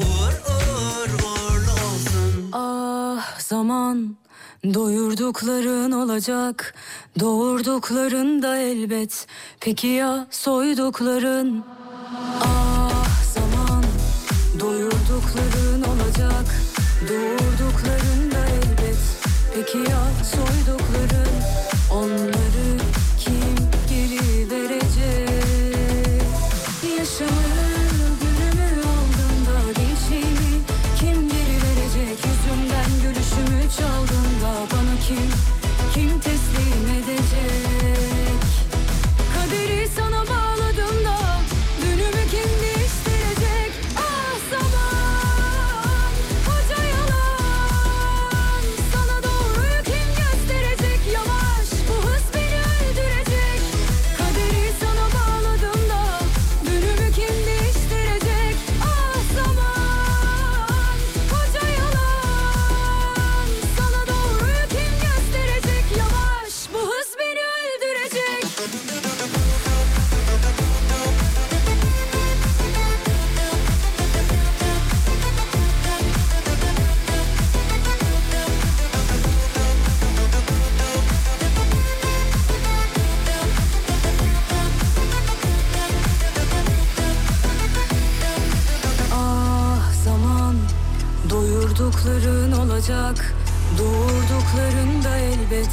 S1: uğur uğur uğurlu olsun.
S10: Ah zaman doyurdukların olacak doğurdukların da elbet peki ya soydukların ah zaman doyurdukların olacak doğurdukların da elbet peki ya soydukların onları kim geri verecek Yaşamın gülümü aldığında gençliğimi kim geri verecek Yüzümden gülüşümü çaldığında bana kim kim teslim edecek Kaderi sana bağladığımda dünümü kim değiştirecek Ah zaman koca yalan Sana doğruyu kim gösterecek yavaş bu hız beni öldürecek Kaderi sana bağladığımda dünümü kim değiştirecek Ah zaman koca yalan Sana doğruyu kim gösterecek yavaş bu hız beni öldürecek Ah zaman doyurdukların olacak Doğurdukların da elbet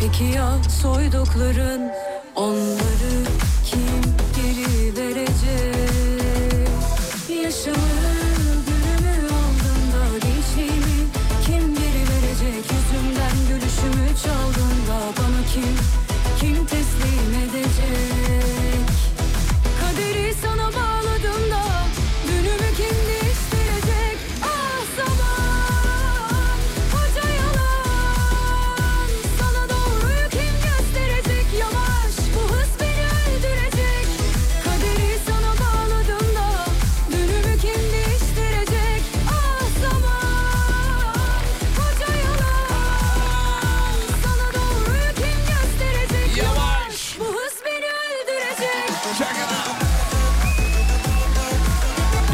S10: Peki ya soydukların Onları kim geri verecek Yaşamın gülümü aldığında gençliğimi Kim geri verecek yüzümden gülüşümü çaldığında Bana kim kim teslim edecek Kaderi sana bağladığımda dünümü kim değiştirecek? Ah zaman koca yalan Sana doğruyu kim gösterecek? Yavaş bu hız beni öldürecek Kaderi sana bağladığımda dünümü kim değiştirecek? Ah zaman koca yalan Sana doğruyu kim gösterecek? Yavaş bu hız beni öldürecek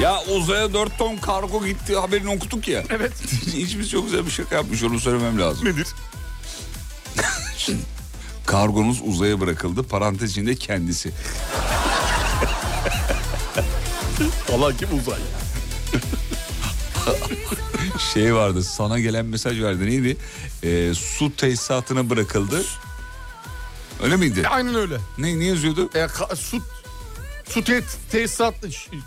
S3: Ya uzaya 4 ton kargo gitti haberini okuduk ya. Evet. Hiçbir çok güzel bir şaka yapmış onu söylemem lazım. Nedir? Kargonuz uzaya bırakıldı parantez içinde kendisi.
S4: Valla kim uzay?
S3: Şey vardı sana gelen mesaj vardı neydi? Ee, su tesisatına bırakıldı. Öyle miydi?
S4: Aynen öyle.
S3: Ne, ne yazıyordu?
S4: E, ka- su su te- tesisat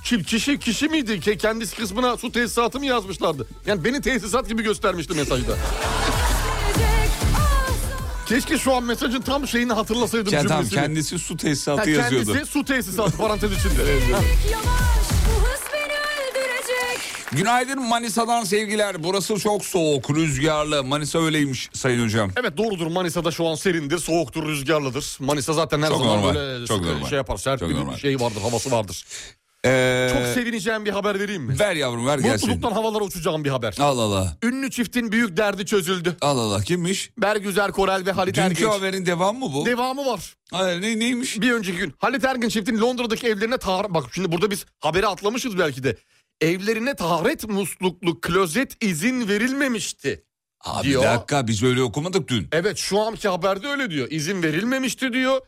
S4: kim kişi kişi miydi ki kendisi kısmına su tesisatı mı yazmışlardı? Yani beni tesisat gibi göstermişti mesajda. Keşke şu an mesajın tam şeyini hatırlasaydım
S3: Ya, tamam,
S4: cümlesini.
S3: kendisi su tesisatı
S4: Ha, kendisi
S3: yazıyordu.
S4: su tesisatı parantez içinde.
S10: Yavaş bu hız beni öldürecek.
S3: Günaydın Manisa'dan sevgiler. Burası çok soğuk, rüzgarlı. Manisa öyleymiş sayın hocam.
S4: Evet doğrudur Manisa'da şu an serindir, soğuktur, rüzgarlıdır. Manisa zaten her
S3: Çok
S4: zaman
S3: normal,
S4: böyle
S3: çok
S4: sıkı
S3: normal.
S4: şey yapar. Sert
S3: Çok
S4: bir
S3: normal.
S4: şey vardır, havası vardır.
S3: Ee,
S4: Çok sevineceğim bir haber vereyim mi?
S3: ver yavrum ver gelsin.
S4: Mutluluktan havalara uçacağım bir haber.
S3: Al Allah.
S4: Ünlü çiftin büyük derdi çözüldü.
S3: Al Allah kimmiş?
S4: Bergüzer Korel ve Halit
S3: Dünkü
S4: Ergenç.
S3: haberin devamı mı bu?
S4: Devamı var.
S3: Hayır, ne, neymiş?
S4: Bir önceki gün Halit Ergen çiftin Londra'daki evlerine tahar... Bak şimdi burada biz haberi atlamışız belki de. Evlerine taharet musluklu klozet izin verilmemişti.
S3: Abi
S4: diyor.
S3: bir dakika biz öyle okumadık dün.
S4: Evet şu anki haberde öyle diyor. İzin verilmemişti diyor.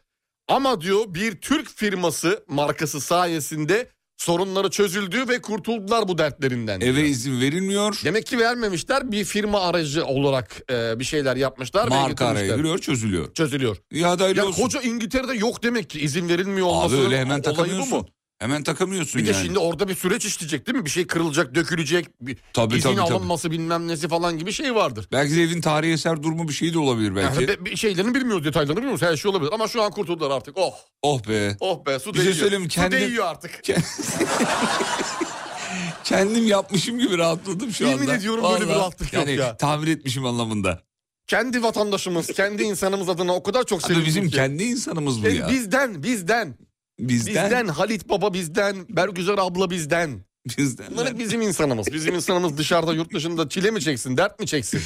S4: Ama diyor bir Türk firması markası sayesinde sorunları çözüldü ve kurtuldular bu dertlerinden. diyor.
S3: Eve izin verilmiyor.
S4: Demek ki vermemişler bir firma aracı olarak e, bir şeyler yapmışlar. ve
S3: Marka
S4: götürmüşler.
S3: araya giriyor çözülüyor.
S4: Çözülüyor.
S3: Ya da öyle
S4: Ya
S3: olsun.
S4: koca İngiltere'de yok demek ki izin verilmiyor
S3: Abi
S4: olması.
S3: öyle hemen
S4: olayı bu
S3: takamıyorsun.
S4: mu?
S3: Hemen takamıyorsun
S4: Bir
S3: yani.
S4: de şimdi orada bir süreç işleyecek değil mi? Bir şey kırılacak, dökülecek, bir
S3: Tabii,
S4: izin
S3: tabii, tabii.
S4: alınması bilmem nesi falan gibi şey vardır.
S3: Belki de evin tarihi eser durumu bir şey de olabilir belki.
S4: Yani be- bir şeylerini bilmiyoruz, detaylarını bilmiyoruz. Her şey olabilir ama şu an kurtuldular artık. Oh,
S3: Oh be.
S4: oh be su
S3: Bir şey
S4: değiyor.
S3: söyleyeyim mi?
S4: Su
S3: Kendi-
S4: değiyor artık.
S3: Kendim yapmışım gibi rahatladım şu
S4: Yemin
S3: anda.
S4: ediyorum böyle bir
S3: Vallahi.
S4: rahatlık yok
S3: yani,
S4: ya.
S3: Tamir etmişim anlamında.
S4: Kendi vatandaşımız, kendi insanımız adına o kadar çok
S3: Abi
S4: sevindim
S3: bizim
S4: ki.
S3: kendi insanımız bu
S4: E,
S3: ya.
S4: Bizden, bizden,
S3: bizden.
S4: bizden, Halit Baba bizden, Bergüzar abla bizden.
S3: bizden.
S4: Bunlar bizim insanımız. Bizim insanımız dışarıda, yurt dışında çile mi çeksin, dert mi çeksin?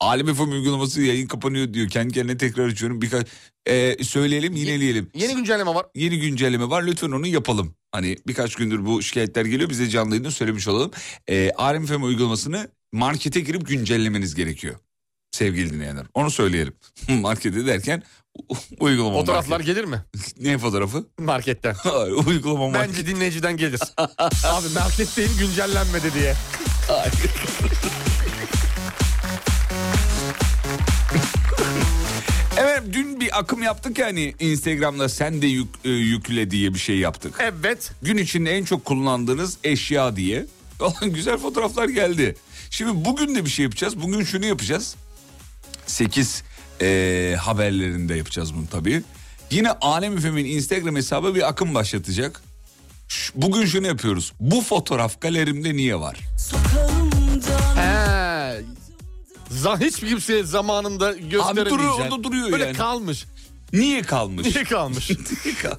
S3: Alem FM uygulaması yayın kapanıyor diyor. Kendi kendine tekrar açıyorum. Birkaç e, söyleyelim yineleyelim.
S4: Yeni güncelleme var.
S3: yeni güncelleme var lütfen onu yapalım. Hani birkaç gündür bu şikayetler geliyor bize canlı yayında söylemiş olalım. E, RMFM uygulamasını markete girip güncellemeniz gerekiyor sevgili dinleyenler. Onu söyleyelim. Markete derken uygulama
S4: Fotoğraflar
S3: market.
S4: gelir mi
S3: Ne fotoğrafı?
S4: marketten?
S3: uygulama market.
S4: Bence dinleyiciden gelir. Abi marketteyim güncellenmedi diye.
S3: Evet dün bir akım yaptık ya hani Instagram'da sen de yük, e, yükle diye bir şey yaptık.
S4: Evet.
S3: gün içinde en çok kullandığınız eşya diye. Falan güzel fotoğraflar geldi. Şimdi bugün de bir şey yapacağız. Bugün şunu yapacağız. 8 eee, haberlerinde yapacağız bunu tabii. Yine Alem Efem'in Instagram hesabı bir akım başlatacak. Ş- Bugün şunu yapıyoruz. Bu fotoğraf galerimde niye var?
S4: He. Zan hiç kimseye zamanında gösteremeyeceksin.
S3: orada duruyor
S4: Böyle
S3: yani.
S4: kalmış.
S3: Niye kalmış?
S4: Niye kalmış?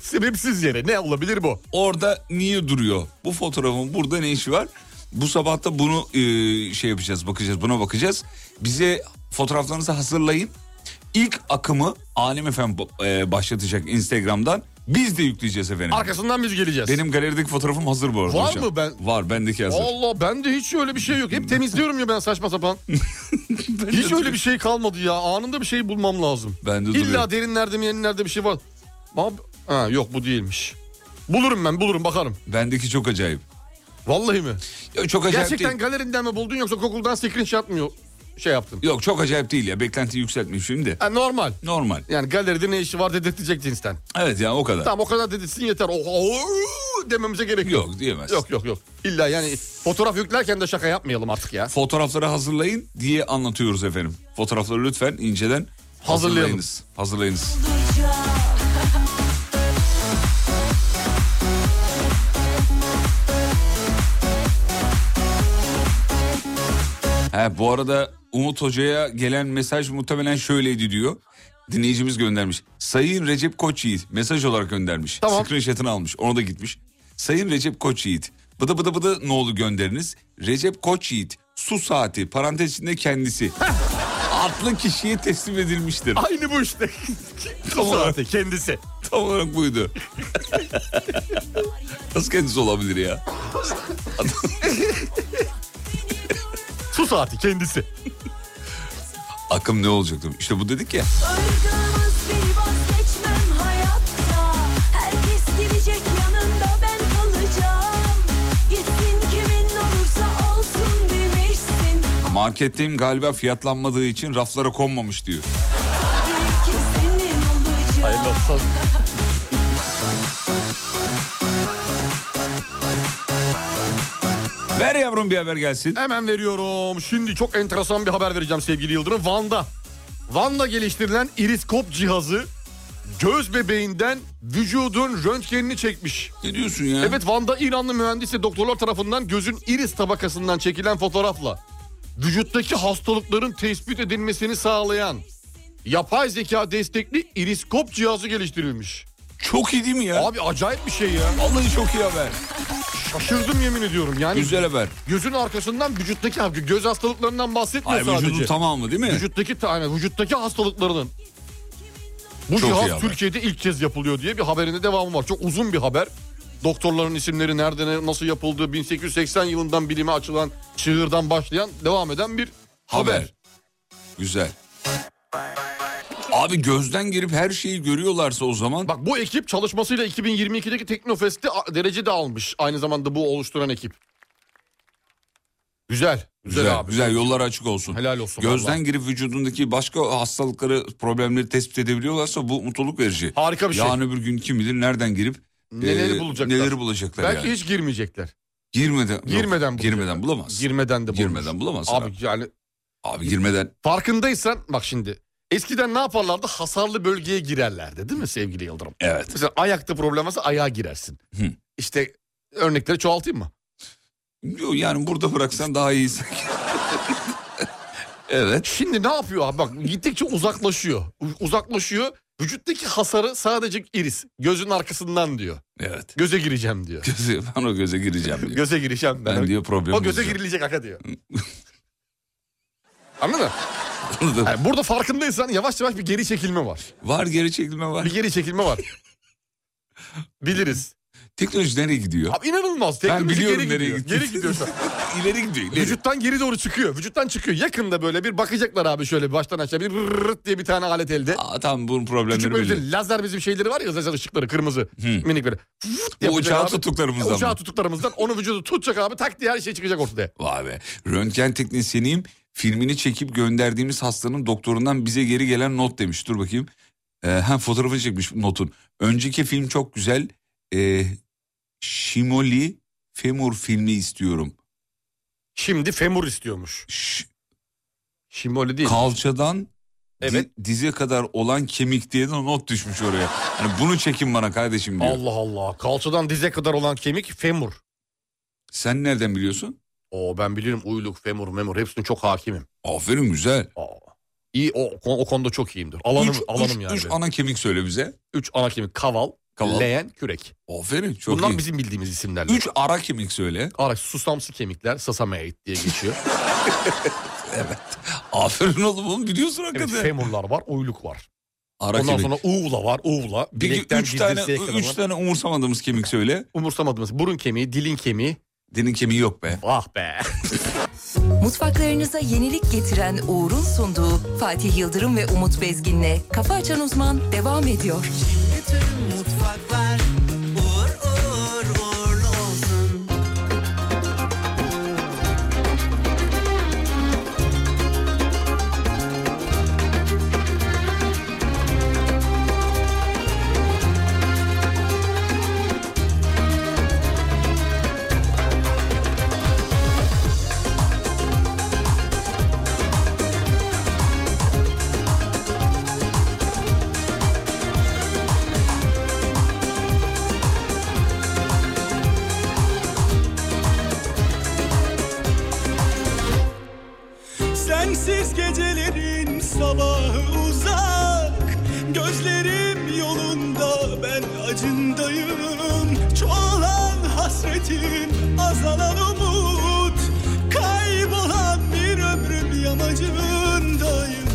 S4: Sebepsiz yere. Ne olabilir bu?
S3: Orada niye duruyor? Bu fotoğrafın burada ne işi var? Bu sabah da bunu e, şey yapacağız, bakacağız, buna bakacağız. Bize fotoğraflarınızı hazırlayın. İlk akımı Alem Efem e, başlatacak Instagram'dan. Biz de yükleyeceğiz efendim.
S4: Arkasından biz geleceğiz.
S3: Benim galerideki fotoğrafım hazır bu arada
S4: Var
S3: hocam.
S4: mı ben-
S3: Var, bendeki hazır.
S4: Allah bende hiç öyle bir şey yok. Hep temizliyorum ya ben saçma sapan. hiç öyle bir şey kalmadı ya. Anında bir şey bulmam lazım.
S3: Bende duruyor.
S4: İlla derinlerde mi yenilerde bir şey var. Abi, ha, yok bu değilmiş. Bulurum ben bulurum bakarım.
S3: Bendeki çok acayip.
S4: Vallahi mi?
S3: Ya, çok acayip
S4: Gerçekten
S3: değil.
S4: galerinden mi buldun yoksa Google'dan screenshot mı yok- şey yaptın?
S3: Yok çok acayip değil ya. Beklentiyi yükseltmeyeyim şimdi.
S4: Ha, normal.
S3: Normal.
S4: Yani galeride ne işi var dedirtecek cinsten.
S3: Evet yani o kadar.
S4: Tamam o kadar dedirtsin yeter. Oh, oh, dememize gerek yok.
S3: Yok diyemez.
S4: Yok yok yok. İlla yani fotoğraf yüklerken de şaka yapmayalım artık ya.
S3: fotoğrafları hazırlayın diye anlatıyoruz efendim. Fotoğrafları lütfen inceden
S4: Hazırlayalım.
S3: hazırlayınız. Hazırlayınız. He, bu arada Umut Hoca'ya gelen mesaj muhtemelen şöyleydi diyor. Dinleyicimiz göndermiş. Sayın Recep Koç Yiğit mesaj olarak göndermiş.
S4: Tamam.
S3: Screenshot'ını almış. Ona da gitmiş. Sayın Recep Koç Yiğit. Bıdı bıdı bıdı nolu gönderiniz. Recep Koç Yiğit su saati parantez içinde kendisi. Adlı kişiye teslim edilmiştir.
S4: Aynı bu işte.
S3: Tam olarak,
S4: kendisi.
S3: tam olarak buydu. Nasıl kendisi olabilir ya?
S4: Su saati kendisi.
S3: Akım ne olacaktı? İşte bu dedik ya.
S10: Irkımız bir vazgeçmem hayatta Herkes gidecek yanında ben kalacağım Gitsin kimin olursa olsun demişsin
S3: Marketteyim galiba fiyatlanmadığı için raflara konmamış diyor.
S10: Belki senin olacağım
S4: Hayırlı olsun.
S3: Ver yavrum bir haber gelsin.
S4: Hemen veriyorum. Şimdi çok enteresan bir haber vereceğim sevgili Yıldırım. Van'da. Van'da geliştirilen iriskop cihazı göz bebeğinden vücudun röntgenini çekmiş.
S3: Ne diyorsun ya?
S4: Evet Van'da İranlı mühendis ve doktorlar tarafından gözün iris tabakasından çekilen fotoğrafla vücuttaki hastalıkların tespit edilmesini sağlayan yapay zeka destekli iriskop cihazı geliştirilmiş.
S3: Çok iyi değil mi ya?
S4: Abi acayip bir şey ya.
S3: Vallahi çok iyi haber.
S4: Şaşırdım yemin ediyorum. Yani
S3: Güzel haber.
S4: gözün arkasından vücuttaki göz hastalıklarından bahsetmiyor
S3: Ay
S4: sadece.
S3: vücudun tamamı değil mi?
S4: Vücuttaki tane vücuttaki hastalıklarının bu
S3: Çok iyi
S4: cihaz
S3: haber.
S4: Türkiye'de ilk kez yapılıyor diye bir haberinde devamı var. Çok uzun bir haber. Doktorların isimleri nerede ne- nasıl yapıldığı 1880 yılından bilime açılan çığırdan başlayan devam eden bir haber.
S3: Haber. Güzel. Abi gözden girip her şeyi görüyorlarsa o zaman
S4: Bak bu ekip çalışmasıyla 2022'deki Teknofest'te a- derece de almış. Aynı zamanda bu oluşturan ekip. Güzel. Güzel,
S3: güzel güzel,
S4: abi.
S3: yollar açık olsun.
S4: Helal olsun
S3: Gözden
S4: vallahi.
S3: girip vücudundaki başka hastalıkları, problemleri tespit edebiliyorlarsa bu mutluluk verici.
S4: Harika bir şey.
S3: Yarın öbür gün kim bilir nereden girip e,
S4: Neleri bulacaklar.
S3: Neleri bulacaklar
S4: Belki
S3: yani.
S4: hiç girmeyecekler.
S3: Girmeden yok,
S4: Girmeden bulacaklar.
S3: girmeden bulamaz.
S4: Girmeden de bulmuş.
S3: Girmeden bulamaz
S4: Abi
S3: abi.
S4: yani
S3: Abi girmeden
S4: Farkındaysan bak şimdi eskiden ne yaparlardı? Hasarlı bölgeye girerlerdi değil mi sevgili Yıldırım?
S3: evet.
S4: Mesela ayakta problem varsa ayağa girersin.
S3: Hı.
S4: İşte örnekleri çoğaltayım mı?
S3: Yo, Yani burada bıraksan daha iyi evet.
S4: Şimdi ne yapıyor abi bak gittikçe uzaklaşıyor. U- Uzaklaşıyor. Vücuttaki hasarı sadece iris. Gözün arkasından diyor.
S3: Evet.
S4: Göze gireceğim diyor.
S3: Göze, ben o göze gireceğim diyor.
S4: Göze gireceğim ben.
S3: Ben diyor problem
S4: o göze
S3: olacak.
S4: girilecek aga diyor. Anladın mı?
S3: Anladın mı?
S4: Yani burada farkındaysan yavaş yavaş bir geri çekilme var.
S3: Var geri çekilme var.
S4: Bir geri çekilme var. Biliriz.
S3: Teknoloji nereye gidiyor?
S4: Abi inanılmaz.
S3: ben
S4: Teknoloji
S3: biliyorum
S4: geri
S3: nereye
S4: gidiyor.
S3: gidiyor.
S4: Geri gidiyor şu an.
S3: ileri gidiyor. ileri.
S4: Vücuttan geri doğru çıkıyor. Vücuttan çıkıyor. Yakında böyle bir bakacaklar abi şöyle bir baştan aşağı bir rırt diye bir tane alet elde.
S3: Aa, tamam bunun
S4: Küçük
S3: problemleri
S4: böyle
S3: belli.
S4: bir lazer bizim şeyleri var ya lazer ışıkları kırmızı minik böyle. Fıt
S3: Bu
S4: yapacak
S3: uçağı
S4: abi.
S3: tuttuklarımızdan
S4: Uçağı
S3: mı?
S4: tuttuklarımızdan onu vücudu tutacak abi tak diye her şey çıkacak ortaya.
S3: Vay be. Röntgen teknisyeniyim. Filmini çekip gönderdiğimiz hastanın doktorundan bize geri gelen not demiş. Dur bakayım. Ee, ha fotoğrafını çekmiş notun. Önceki film çok güzel. Ee, Şimoli Femur filmi istiyorum.
S4: Şimdi femur istiyormuş.
S3: Ş-
S4: Şimdi öyle değil.
S3: kalçadan di-
S4: Evet.
S3: dize kadar olan kemik diye de not düşmüş oraya. Hani bunu çekin bana kardeşim diyor.
S4: Allah Allah. Kalçadan dize kadar olan kemik femur.
S3: Sen nereden biliyorsun?
S4: Oo ben biliyorum uyluk, femur, memur hepsine çok hakimim.
S3: Aferin güzel.
S4: Aa. İyi o, o konuda çok iyiyimdir. Alanım
S3: üç,
S4: alanım
S3: üç-
S4: yani.
S3: üç
S4: benim.
S3: ana kemik söyle bize.
S4: Üç ana kemik kaval,
S3: Kaval.
S4: leğen, kürek.
S3: Aferin çok
S4: Bunlar
S3: iyi.
S4: bizim bildiğimiz isimlerle.
S3: Üç ara kemik söyle.
S4: Ara susamsı kemikler sasameit diye geçiyor.
S3: Aferin oğlum oğlum biliyorsun
S4: evet,
S3: hakikaten.
S4: femurlar var, uyluk var.
S3: Ara
S4: Ondan
S3: kemik.
S4: sonra uğla var, uğla.
S3: Peki
S4: Bilekten
S3: üç tane,
S4: dirseğe kadar
S3: üç
S4: var.
S3: tane umursamadığımız kemik söyle.
S4: Umursamadığımız burun kemiği, dilin kemiği.
S3: Dilin kemiği yok be.
S4: Ah be.
S8: Mutfaklarınıza yenilik getiren Uğur'un sunduğu Fatih Yıldırım ve Umut Bezgin'le Kafa Açan Uzman devam ediyor.
S9: tüm mutfaklar uğur uğur uğurlu olsun.
S11: Sensiz gecelerin sabahı uzak Gözlerim yolunda ben acındayım Çoğalan hasretim azalan umut Kaybolan bir ömrüm yamacındayım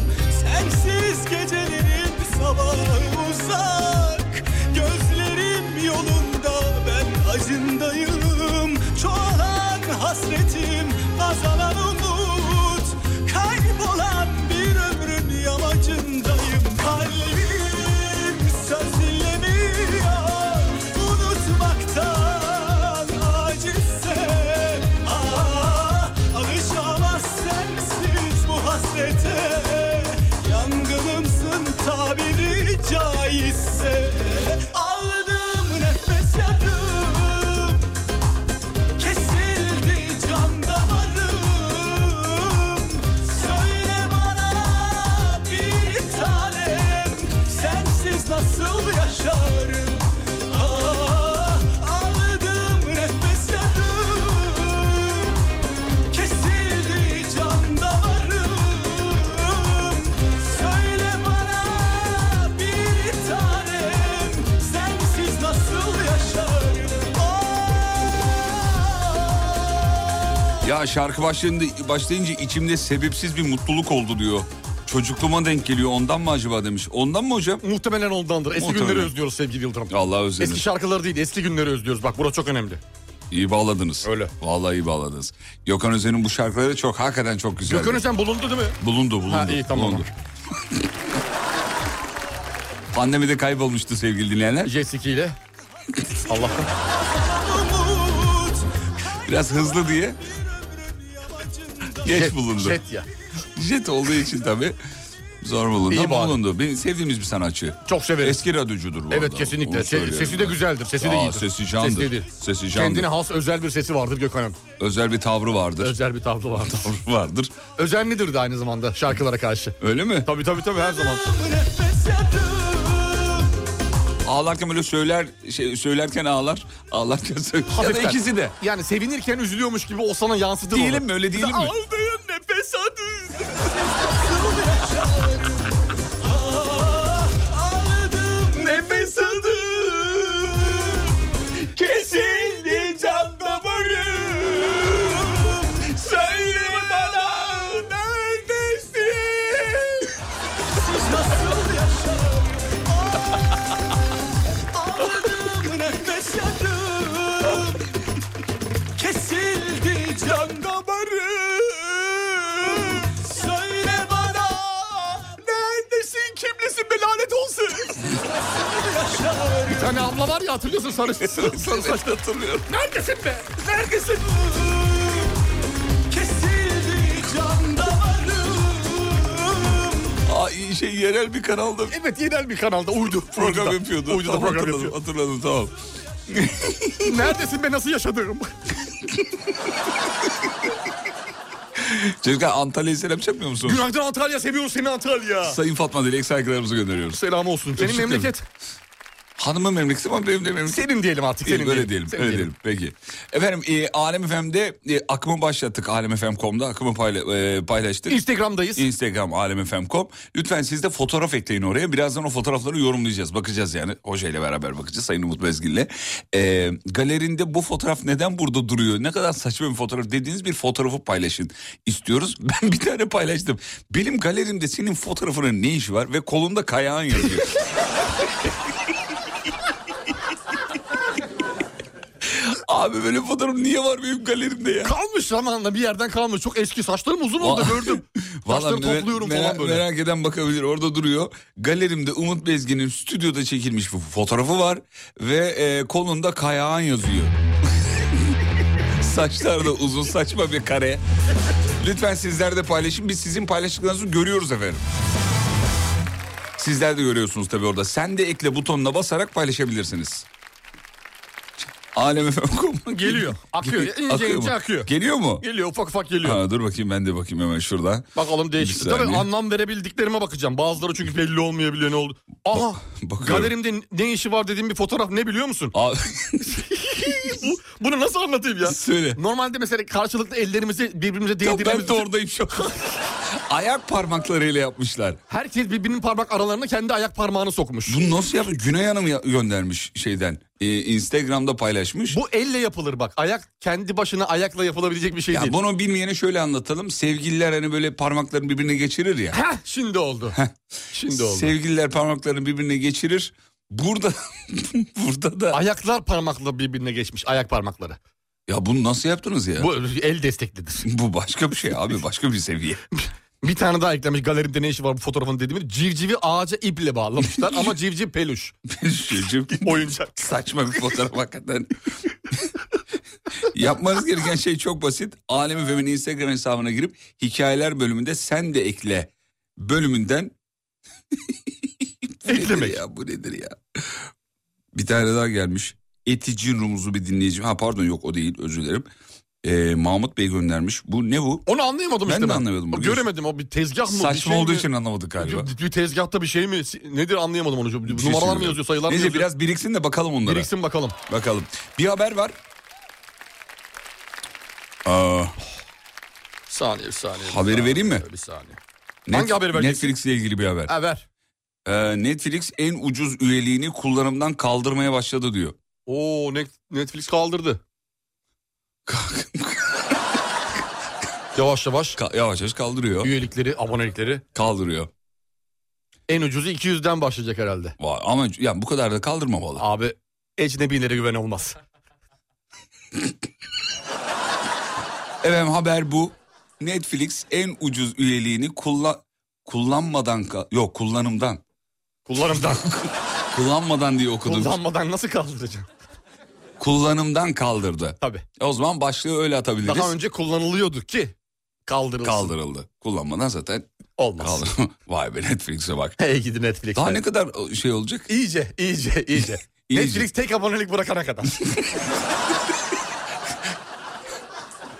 S11: Sensiz gecelerin sabahı uzak Gözlerim yolunda ben acındayım Çoğalan hasretim azalan umut Kaybolan bir ömrün yamacındayım Kalbim sözlemiyor Unutmaktan acizse Ah alışamaz sensiz bu hasrete Yangınımsın tabiri caizse Aldım nefes yarım Kesildi can damarım Söyle bana bir tanem Sensiz nasıl yaşarım Ah, aldım nefes yarım Kesildi can damarım Söyle bana bir tanem Sensiz nasıl yaşarım Ah.
S3: Ya şarkı başlayınca, başlayınca içimde sebepsiz bir mutluluk oldu diyor. Çocukluğuma denk geliyor ondan mı acaba demiş. Ondan mı hocam?
S4: Muhtemelen ondandır. Eski
S3: Muhtemelen.
S4: günleri özlüyoruz sevgili Yıldırım.
S3: Allah özlemiş.
S4: Eski şarkıları değil, eski günleri özlüyoruz. Bak burası çok önemli.
S3: İyi bağladınız.
S4: Öyle.
S3: Vallahi iyi bağladınız. Gökhan Özen'in bu şarkıları çok hakikaten çok güzel.
S4: Gökhan Özen bulundu değil mi?
S3: Bulundu bulundu.
S4: Ha, iyi, tamam.
S3: bulundu. Pandemide kaybolmuştu sevgili dinleyenler.
S4: Jessica ile. Allah
S3: Biraz hızlı diye geç bulundu. Jet.
S4: Jet ya.
S3: olduğu için tabii zor bulundu
S4: İyi
S3: ama
S4: bari.
S3: bulundu. Benim sevdiğimiz bir sanatçı.
S4: Çok severim.
S3: Eski radyocudur bu
S4: Evet
S3: arada.
S4: kesinlikle.
S3: Onu
S4: Se-
S3: söylüyorum
S4: sesi de
S3: ben.
S4: güzeldir. Sesi de
S3: Aa,
S4: iyidir.
S3: Sesi candır.
S4: Sesi iyidir.
S3: Sesi candır.
S4: Kendine has özel bir sesi vardır Gökhan'ın.
S3: Özel bir tavrı vardır.
S4: Özel bir tavrı vardır.
S3: Tavrı vardır.
S4: Özenlidir de aynı zamanda şarkılara karşı.
S3: Öyle mi?
S4: Tabii tabii tabii her zaman.
S11: Nefes yadım
S3: Ağlarken böyle söyler şey, söylerken ağlar, ağlarken söyler. Ya da
S4: Hafiften.
S3: ikisi de.
S4: Yani sevinirken üzülüyormuş gibi o sana yansıtır onu.
S3: Diyelim mi öyle diyelim mi?
S4: Aldığın nefes adı.
S3: Nefes aldım. Kesildi can damarım. Söyle bana neredesin?
S9: Nefes yandım Kesildi can damarım Söyle bana
S4: Neredesin kimlesin be lanet olsun. Bir tane abla var ya hatırlıyorsun sarı sarı sarı saçlı.
S3: Hatırlıyorum.
S4: Neredesin be? Neredesin?
S9: Kesildi can damarım
S3: Ay, şey yerel bir kanalda
S4: Evet yerel bir kanalda uydu.
S3: program
S4: Uyduda.
S3: yapıyordu.
S4: Uyduda
S3: Tamam,
S4: program
S3: hatırladım,
S4: yapıyor.
S3: Hatırladım tamam.
S4: Neredesin be nasıl yaşadığım?
S3: Çocuklar Antalya'yı selam çakmıyor musunuz?
S4: Günaydın Antalya seviyoruz seni Antalya.
S3: Sayın Fatma Dilek saygılarımızı gönderiyoruz.
S4: Selam olsun. Senin
S3: Teşekkür
S4: memleket.
S3: Hanımın memleketi mi benim de memleketim?
S4: Senin diyelim artık. Senin
S3: öyle diyelim,
S4: Senin
S3: öyle diyelim. Peki. Efendim e, Alem FM'de e, akımı başlattık alemfm.com'da akımı payla- e, paylaştık.
S4: Instagram'dayız.
S3: Instagram alemfm.com. Lütfen siz de fotoğraf ekleyin oraya. Birazdan o fotoğrafları yorumlayacağız. Bakacağız yani. Hoca ile beraber bakacağız Sayın Umut Bezgin'le. Ee, galerinde bu fotoğraf neden burada duruyor? Ne kadar saçma bir fotoğraf dediğiniz bir fotoğrafı paylaşın istiyoruz. Ben bir tane paylaştım. Benim galerimde senin fotoğrafının ne işi var? Ve kolunda kayağın yazıyor. Abi böyle fotoğraf niye var benim galerimde ya?
S4: Kalmış zamanla bir yerden kalmış. Çok eski saçlarım uzun oldu
S3: Va-
S4: gördüm.
S3: Vallahi
S4: Saçlarımı
S3: me-
S4: topluyorum
S3: merak,
S4: falan böyle.
S3: Merak eden bakabilir orada duruyor. Galerimde Umut Bezgin'in stüdyoda çekilmiş bir fotoğrafı var. Ve e, kolunda kayağın yazıyor. Saçlar da uzun saçma bir kare. Lütfen sizler de paylaşın. Biz sizin paylaştıklarınızı görüyoruz efendim. Sizler de görüyorsunuz tabii orada. Sen de ekle butonuna basarak paylaşabilirsiniz. Alem efendim.
S4: Geliyor. Akıyor. İnce
S3: akıyor,
S4: ince
S3: mu?
S4: akıyor.
S3: Geliyor mu?
S4: Geliyor ufak ufak geliyor.
S3: Ha, dur bakayım ben de bakayım hemen şurada.
S4: Bakalım değişik.
S3: Bir saniye.
S4: Tabii anlam verebildiklerime bakacağım. Bazıları çünkü belli olmayabiliyor ne oldu. Aha
S3: bakıyorum.
S4: galerimde ne işi var dediğim bir fotoğraf ne biliyor musun?
S3: Abi,
S4: Bu- Bunu nasıl anlatayım ya?
S3: Söyle.
S4: Normalde mesela karşılıklı ellerimizi birbirimize
S3: ya
S4: değdirmemiz
S3: ben de
S4: için
S3: oradayım şu an. Ayak parmaklarıyla yapmışlar.
S4: herkes birbirinin parmak aralarına kendi ayak parmağını sokmuş.
S3: Bunu nasıl yapmış? Güney Hanım ya- göndermiş şeyden. Ee, Instagram'da paylaşmış.
S4: Bu elle yapılır bak. Ayak kendi başına ayakla yapılabilecek bir şey
S3: ya
S4: değil.
S3: bunu bilmeyene şöyle anlatalım. Sevgililer hani böyle parmaklarını birbirine geçirir ya.
S4: Heh, şimdi oldu. şimdi oldu.
S3: Sevgililer parmaklarını birbirine geçirir. Burada burada da
S4: Ayaklar parmakla birbirine geçmiş ayak parmakları.
S3: ya bunu nasıl yaptınız ya? Bu,
S4: Bu el desteklidir.
S3: başka bir şey abi başka bir seviye.
S4: Bir tane daha eklemiş galerimde ne işi var bu fotoğrafın dediğimi. Civcivi ağaca iple bağlamışlar ama civciv peluş.
S3: Şişeciğim.
S4: Oyuncak.
S3: Saçma bir fotoğraf hakikaten. Yapmanız gereken şey çok basit. Alem Efem'in Instagram hesabına girip hikayeler bölümünde sen de ekle bölümünden. Bu nedir
S4: Eklemek.
S3: ya bu nedir ya. Bir tane daha gelmiş. Etici Rumuzlu bir dinleyici. Ha pardon yok o değil özür dilerim. Ee, Mahmut Bey göndermiş. Bu ne bu?
S4: Onu anlayamadım
S3: Ben
S4: işte
S3: de anlamadım.
S4: O Göremedim o bir tezgah mı? bir
S3: Saçma
S4: şey
S3: olduğu
S4: mi?
S3: için anlamadık galiba.
S4: Bir- Bir tezgahta bir şey mi? Si- Nedir anlayamadım onu.
S3: Bir şey
S4: Numaralar mı
S3: söylüyorum.
S4: yazıyor sayılar mı
S3: Neyse
S4: yazıyor?
S3: biraz biriksin de bakalım onlara.
S4: Biriksin bakalım.
S3: Bakalım. Bir haber var. Aa,
S4: Saniye bir saniye. bir
S3: Haberi
S4: saniye,
S3: vereyim mi?
S4: Bir saniye.
S3: Net-
S4: Hangi haberi vereceksin?
S3: Netflix'le ilgili bir haber.
S4: Ha ver.
S3: Ee, Netflix en ucuz üyeliğini kullanımdan kaldırmaya başladı diyor.
S4: Oo Net- Netflix kaldırdı. yavaş yavaş
S3: Ka- yavaş yavaş kaldırıyor.
S4: üyelikleri, abonelikleri
S3: Kaldırıyor.
S4: en ucuzu 200'den başlayacak herhalde.
S3: Vay, ama ya bu kadar da kaldırmamalı.
S4: Abi ecnebilere güven olmaz.
S3: Efendim haber bu. Netflix en ucuz üyeliğini kullan kullanmadan ka- yok kullanımdan
S4: Kullanımdan.
S3: kullanmadan diye okudum.
S4: Kullanmadan nasıl kaldıracaksın?
S3: Kullanımdan kaldırdı.
S4: Tabii.
S3: E O zaman başlığı öyle atabiliriz.
S4: Daha önce kullanılıyordu ki kaldırılsın.
S3: kaldırıldı. Kullanmadan zaten
S4: Olmaz.
S3: kaldı. Vay be Netflix'e bak.
S4: Hey gidi Netflix.
S3: Daha ne kadar şey olacak?
S4: İyice, iyice, iyice.
S3: İyice.
S4: Netflix tek abonelik bırakana kadar.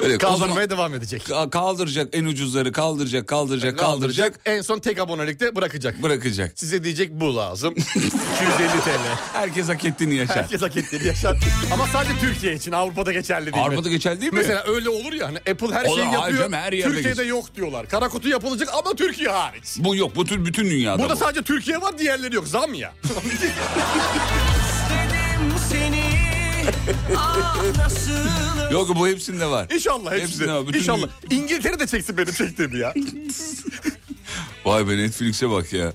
S3: Öyle. o
S4: Kaldırmaya
S3: zaman-
S4: devam edecek.
S3: Ka- kaldıracak en ucuzları kaldıracak kaldıracak kaldıracak
S4: En son tek abonelikte bırakacak.
S3: bırakacak.
S4: Size diyecek bu lazım. 250 TL.
S3: Herkes hak ettiğini yaşar.
S4: Herkes hak ettiğini yaşar. Ama sadece Türkiye için Avrupa'da geçerli değil. mi?
S3: Avrupa'da geçerli değil mi?
S4: Mesela öyle olur ya hani Apple her
S3: Olur,
S4: şeyi
S3: hayır
S4: yapıyor.
S3: canım, her yerde
S4: Türkiye'de
S3: geçer.
S4: yok diyorlar. Kara kutu yapılacak ama Türkiye hariç.
S3: bu yok bu tür bütün dünyada.
S4: Burada
S3: bu.
S4: sadece Türkiye var diğerleri yok. Zam ya.
S1: Ah,
S3: Yok bu hepsinde var.
S4: İnşallah hepsi.
S3: Hepsinde var, bütün
S4: İnşallah. İngiltere de çeksin benim çektiğimi ya.
S3: Vay be Netflix'e bak ya.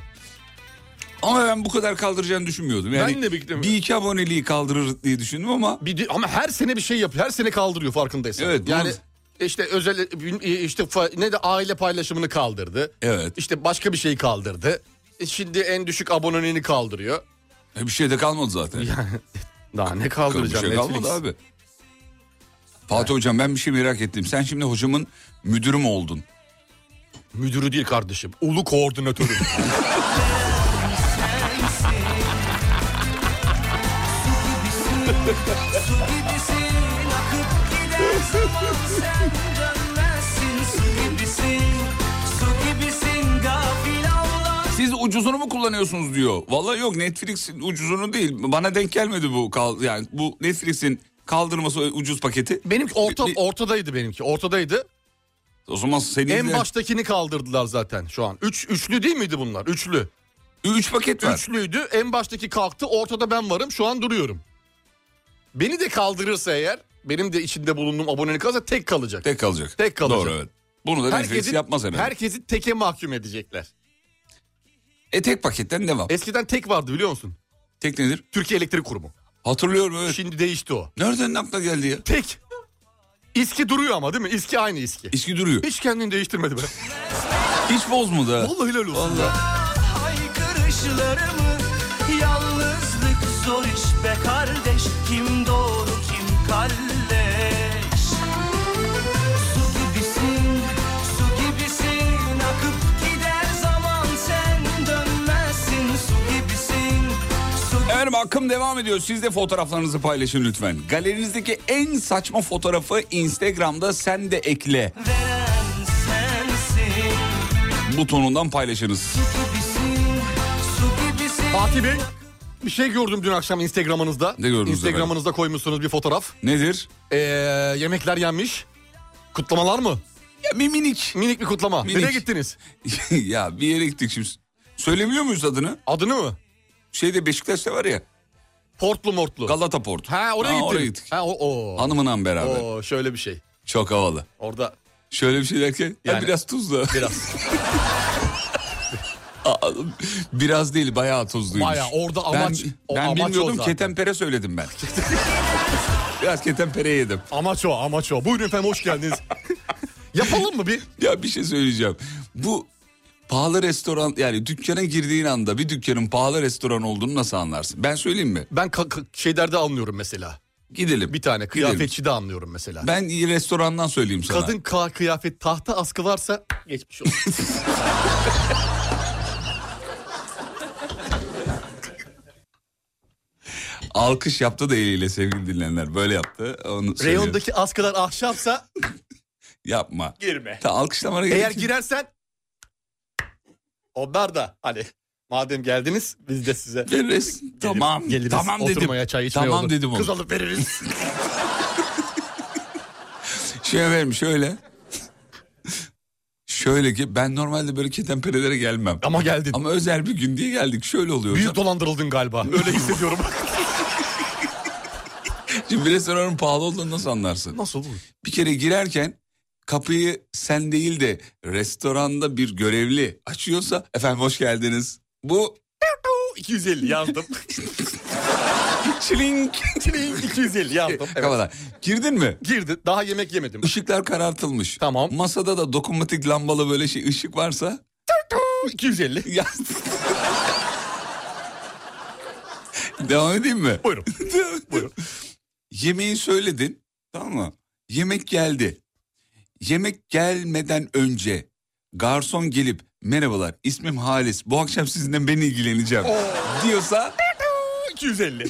S3: Ama ben bu kadar kaldıracağını düşünmüyordum. Yani
S4: Ben de beklemiyordum.
S3: Bir iki aboneliği kaldırır diye düşündüm ama
S4: Bir di- ama her sene bir şey yapıyor. Her sene kaldırıyor farkındaysan.
S3: Evet,
S4: Yani
S3: doğru.
S4: işte özel işte fa- ne de aile paylaşımını kaldırdı.
S3: Evet.
S4: İşte başka bir şeyi kaldırdı. E Şimdi en düşük aboneliğini kaldırıyor.
S3: bir şey de kalmadı zaten.
S4: Daha ne
S3: bir
S4: kaldıracak
S3: şey
S4: Netflix?
S3: kalmadı abi. Fatih Hocam ben bir şey merak ettim. Sen şimdi hocamın müdürü mü oldun?
S4: Müdürü değil kardeşim. Ulu koordinatörü.
S3: Siz ucuzunu mu kullanıyorsunuz diyor. Vallahi yok Netflix'in ucuzunu değil. Bana denk gelmedi bu kal yani bu Netflix'in kaldırması ucuz paketi.
S4: benimki orta,
S3: Bir- bir-
S4: ortadaydı benimki. Ortadaydı.
S3: O zaman senin
S4: En baştakini kaldırdılar zaten şu an. Üç, üçlü değil miydi bunlar? Üçlü.
S3: üç paket var.
S4: Üçlüydü. En baştaki kalktı. Ortada ben varım. Şu an duruyorum. Beni de kaldırırsa eğer benim de içinde bulunduğum abonelik kalırsa tek kalacak.
S3: Tek kalacak.
S4: Tek kalacak.
S3: Doğru evet. Bunu da Netflix yapmaz herhalde.
S4: herkesi teke mahkum edecekler.
S3: E tek paketten devam.
S4: Eskiden tek vardı biliyor musun?
S3: tek nedir?
S4: Türkiye Elektrik Kurumu.
S3: Hatırlıyorum evet.
S4: Şimdi değişti o.
S3: Nereden nakla geldi ya?
S4: Tek. İSKİ duruyor ama değil mi? İSKİ aynı İSKİ.
S3: İçki duruyor.
S4: Hiç kendini değiştirmedi be.
S3: Hiç bozmadı ha.
S4: Vallahi helal olsun.
S1: Haykırışlarımı Yalnızlık zor iş be kardeş Kim doğru kim kalleş Su gibisin, su gibisin Akıp gider zaman sen dönmezsin Su gibisin, su
S3: Efendim akım devam ediyor. Siz de fotoğraflarınızı paylaşın lütfen. Galerinizdeki en saçma fotoğrafı Instagram'da sen de ekle
S1: veren sensin
S3: butonundan paylaşınız.
S1: Su gibisin, su gibisin
S4: Fatih Bey bir şey gördüm dün akşam Instagram'ınızda.
S3: Ne gördünüz
S4: Instagram'ınızda koymuşsunuz bir fotoğraf.
S3: Nedir?
S4: Ee, yemekler yenmiş. Kutlamalar mı?
S3: Ya bir minik.
S4: Minik bir kutlama.
S3: Minik.
S4: Nereye gittiniz?
S3: ya bir yere gittik şimdi. Söylemiyor muyuz adını?
S4: Adını mı?
S3: Şeyde Beşiktaş'ta var ya
S4: Portlu mortlu.
S3: Galata Port.
S4: ha oraya
S3: Ha,
S4: gittiniz.
S3: oraya gittik.
S4: Ha o, o.
S3: Hanımınla beraber.
S4: O, şöyle bir şey.
S3: Çok havalı.
S4: Orada
S3: Şöyle bir şey derken ya
S4: Yani-
S3: biraz tuzlu.
S4: biraz.
S3: Aa, biraz değil bayağı tuzluymuş.
S4: Bayağı, orada amaç-
S3: Ben,
S4: o
S3: ben
S4: amaç o
S3: bilmiyordum
S4: zaten.
S3: ketenpere söyledim ben. biraz ketenpere yedim.
S4: amaç o amaç o. Buyurun efendim hoş geldiniz. Yapalım mı bir?
S3: Ya bir şey söyleyeceğim. Bu pahalı restoran yani dükkana girdiğin anda bir dükkanın pahalı restoran olduğunu nasıl anlarsın? Ben söyleyeyim mi?
S4: Ben ka- ka- şeylerde anlıyorum mesela.
S3: Gidelim.
S4: Bir tane
S3: Gidelim.
S4: kıyafetçi de anlıyorum mesela.
S3: Ben iyi restorandan söyleyeyim sana.
S4: Kadın ka- kıyafet tahta askı varsa geçmiş olsun.
S3: Alkış yaptı da eliyle sevgili dinleyenler. Böyle yaptı. Onu söylüyorum.
S4: Reyondaki askılar ahşapsa
S3: Yapma.
S4: girme.
S3: Ta alkışlamana gerek
S4: Eğer
S3: yok.
S4: girersen onlar da hani madem geldiniz biz de size
S3: Veririz. Tamam.
S4: geliriz.
S3: Tamam dedim.
S4: Oturmaya çay içmeye
S3: tamam
S4: olur.
S3: dedim onu.
S4: Kız alıp veririz.
S3: Şey verim şöyle. şöyle ki ben normalde böyle ketenperelere gelmem.
S4: Ama geldin.
S3: Ama özel bir gün diye geldik. Şöyle oluyor.
S4: Büyük
S3: hocam.
S4: dolandırıldın galiba. Öyle hissediyorum.
S3: Şimdi bir restoranın pahalı olduğunu nasıl anlarsın?
S4: Nasıl olur?
S3: Bir kere girerken kapıyı sen değil de restoranda bir görevli açıyorsa efendim hoş geldiniz. Bu
S4: 250 yazdım.
S3: çilink.
S4: Çileğin 250 yazdım. Evet.
S3: Kafadan. Girdin mi?
S4: Girdi. Daha yemek yemedim.
S3: Işıklar karartılmış.
S4: Tamam.
S3: Masada da dokunmatik lambalı böyle şey ışık varsa
S4: 250.
S3: ya- Devam edeyim mi?
S4: Buyurun. Buyurun.
S3: Yemeği söyledin tamam mı? Yemek geldi. Yemek gelmeden önce garson gelip merhabalar ismim Halis bu akşam sizinle ben ilgileneceğim diyorsa
S4: 250.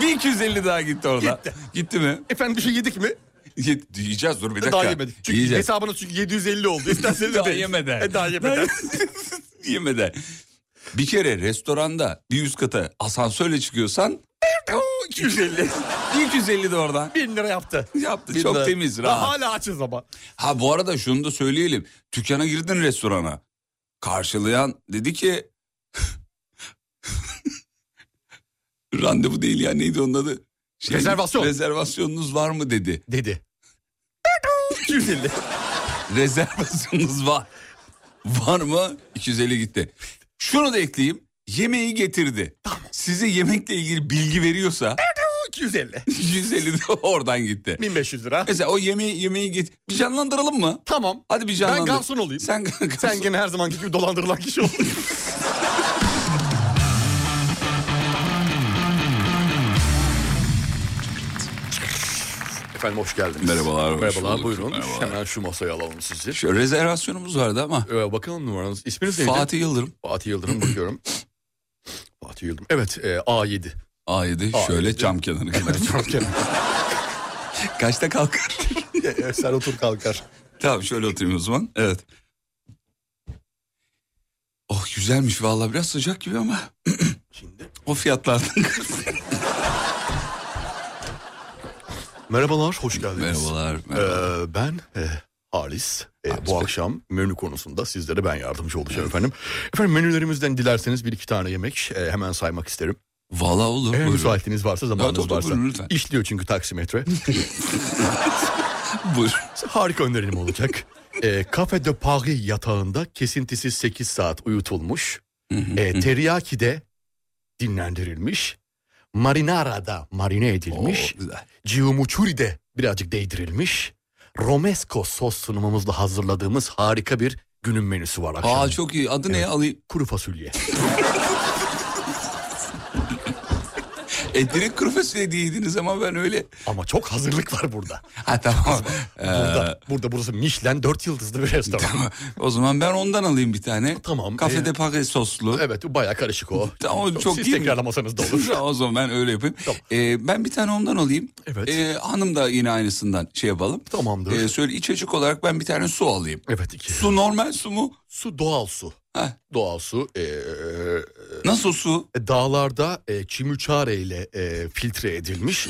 S3: bir 250 daha gitti orada. Gitti. mi?
S4: Efendim bir şey yedik mi?
S3: Yet- Yiyeceğiz dur bir dakika.
S4: Daha yemedik. Çünkü
S3: Yiyeceğiz.
S4: hesabınız çünkü 750 oldu. İsterseniz
S3: Daha
S4: ödeyin.
S3: yemeden.
S4: E, daha yemeden.
S3: Yemeden. Bir kere restoranda bir üst kata asansörle çıkıyorsan 250. 250 de oradan.
S4: 1000 lira yaptı.
S3: Yaptı
S4: Bin
S3: çok
S4: lira.
S3: temiz
S4: Ha,
S3: rahat.
S4: Hala açız ama.
S3: Ha bu arada şunu da söyleyelim. Dükkana girdin restorana. Karşılayan dedi ki... Randevu değil ya neydi onun adı? Şey,
S4: Rezervasyon.
S3: Rezervasyonunuz var mı dedi.
S4: Dedi. 250.
S3: Rezervasyonunuz var. Var mı? 250 gitti. Şunu da ekleyeyim. Yemeği getirdi. Size yemekle ilgili bilgi veriyorsa
S4: 250.
S3: 150 de oradan gitti.
S4: 1500 lira.
S3: Mesela o yemeği yemeği get bir canlandıralım mı?
S4: Tamam.
S3: Hadi bir
S4: Ben
S3: canlandır.
S4: garson olayım. Sen,
S3: Sen garson.
S4: gene her zamanki gibi dolandırılan kişi ol. Efendim hoş geldiniz.
S3: Merhabalar, hoş
S4: Merhabalar
S3: bulduk.
S4: buyurun.
S3: Merhabalar.
S4: Hemen şu masaya alalım sizi.
S3: Şu rezervasyonumuz vardı ama
S4: Ee, bakalım numaranız. İsminiz neydi?
S3: Fatih Yıldırım
S4: Fatih Yıldırım bakıyorum. Fatih Yıldırım. Evet e, A7.
S3: A7
S4: A7.
S3: şöyle cam kenarı kadar. Kaçta kalkar?
S4: Sen otur kalkar.
S3: tamam şöyle oturayım o zaman. Evet. Oh güzelmiş vallahi biraz sıcak gibi ama. o fiyatlardan.
S4: Merhabalar, hoş geldiniz.
S3: merhabalar. merhabalar.
S4: Ee, ben e, Halis. E, bu akşam menü konusunda sizlere ben yardımcı olacağım efendim. Efendim menülerimizden dilerseniz bir iki tane yemek e, hemen saymak isterim.
S3: Valla olur.
S4: Eğer
S3: buyurun.
S4: müsaitliğiniz varsa, zamanınız
S3: tabii,
S4: varsa.
S3: buyurun lütfen.
S4: İşliyor çünkü taksimetre.
S3: Buyurun.
S4: Harika önerim olacak. E, Cafe de Paris yatağında kesintisiz 8 saat uyutulmuş. e, teriyaki de dinlendirilmiş. Marinara da marine edilmiş.
S3: Oo, güzel.
S4: Ciumuçuri de birazcık değdirilmiş. Romesco sos sunumumuzla hazırladığımız harika bir günün menüsü var akşam.
S3: Aa çok iyi. Adı ne ya? alayım?
S4: Kuru fasulye.
S3: E direkt kuru fasulye diye yediniz ama ben öyle.
S4: Ama çok hazırlık var burada.
S3: Ha tamam.
S4: Burada, burada burası Michelin 4 yıldızlı bir restoran.
S3: Ee, o zaman ben ondan alayım bir tane.
S4: Tamam,
S3: Kafede
S4: e-
S3: Paris soslu.
S4: Evet baya karışık o.
S3: Tamam, çok
S4: Siz
S3: iyi mi?
S4: tekrarlamasanız da olur.
S3: o zaman ben öyle yapayım.
S4: Tamam.
S3: Ee, ben bir tane ondan alayım.
S4: Evet.
S3: Ee, hanım da yine aynısından şey yapalım.
S4: Tamamdır.
S3: Ee, söyle içecek olarak ben bir tane su alayım.
S4: evet iki. Su,
S3: Su normal su mu?
S4: doğal su.
S3: Heh.
S4: Doğal su. ee,
S3: Nasıl su?
S4: dağlarda e, çimüçare ile e, filtre edilmiş.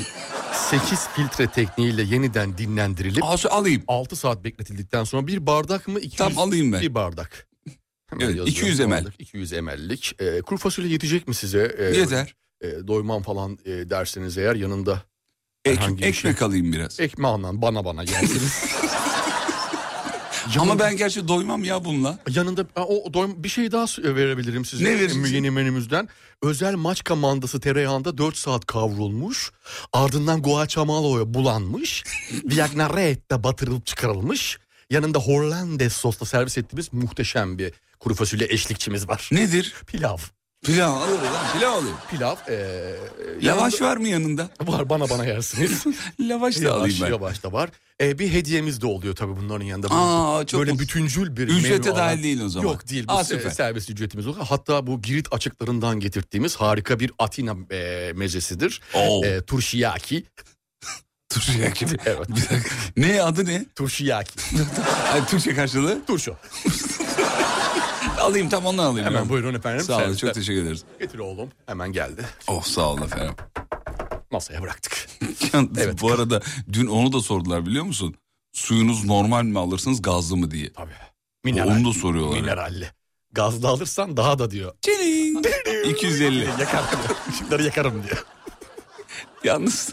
S4: 8 filtre tekniğiyle yeniden dinlendirilip
S3: Aa, su alayım.
S4: 6 saat bekletildikten sonra bir bardak mı? 200,
S3: Tamam, alayım ben.
S4: Bir bardak. Hemen
S3: Evet,
S4: yazıyorum.
S3: 200 ml.
S4: Bardak, 200 ml'lik. E, kuru fasulye yetecek mi size? E,
S3: Yeter.
S4: e, doymam falan e, derseniz eğer yanında
S3: Ek-
S4: herhangi bir
S3: ekmek alayım biraz.
S4: ekmeği anan bana bana gelsin.
S3: Ama ben gerçi doymam ya bununla.
S4: Yanında Ha, o doyum- bir şey daha sö- verebilirim size. e,
S3: Ne verirsin?
S4: Yeni menümüzden. Özel maçka mandası tereyağında 4 saat kavrulmuş. Ardından guacamalo'ya bulanmış. Viagnarette batırılıp çıkarılmış. Yanında Hollandaise sosla servis ettiğimiz muhteşem bir kuru fasulye eşlikçimiz var.
S3: Nedir?
S4: Pilav.
S3: Pilav alırım lan pilav alayım.
S4: Pilav. ee, eee
S3: Lavaş var mı yanında?
S4: yanında- var bana bana yersiniz.
S3: Lavaş da
S4: yavaş
S3: alayım ben.
S4: yavaş da var. Ee, bir hediyemiz de oluyor tabii bunların yanında.
S3: Aa, çok
S4: Böyle
S3: mutlu.
S4: bütüncül bir
S3: Ücrete
S4: menü
S3: dahil değil o zaman.
S4: Yok değil. e, Bu
S3: Aa,
S4: se-
S3: süper.
S4: servis ücretimiz yok. Hatta bu Girit açıklarından getirttiğimiz harika bir Atina e, mezesidir.
S3: Oo.
S4: E, turşiyaki.
S3: Turşu gibi.
S4: Evet.
S3: Bir dakika. Ne adı ne?
S4: Turşiyaki.
S3: Ay, Türkçe karşılığı.
S4: Turşu.
S3: Alayım tam ondan alayım.
S4: Hemen
S3: ya.
S4: buyurun efendim.
S3: Sağ olun
S4: Servisler-
S3: çok teşekkür ederiz.
S4: Getir oğlum. Hemen geldi.
S3: Oh sağ olun efendim.
S4: Masaya bıraktık.
S3: Yalnız
S4: Evet.
S3: Bu arada dün onu da sordular biliyor musun? Suyunuz normal mi alırsınız gazlı mı diye.
S4: Tabii. Mineral.
S3: Onu da soruyorlar.
S4: Mineralli. Gazlı alırsan daha da diyor.
S3: Çiling. 250.
S4: Yakar diyor. Işıkları yakarım diyor.
S3: Yalnız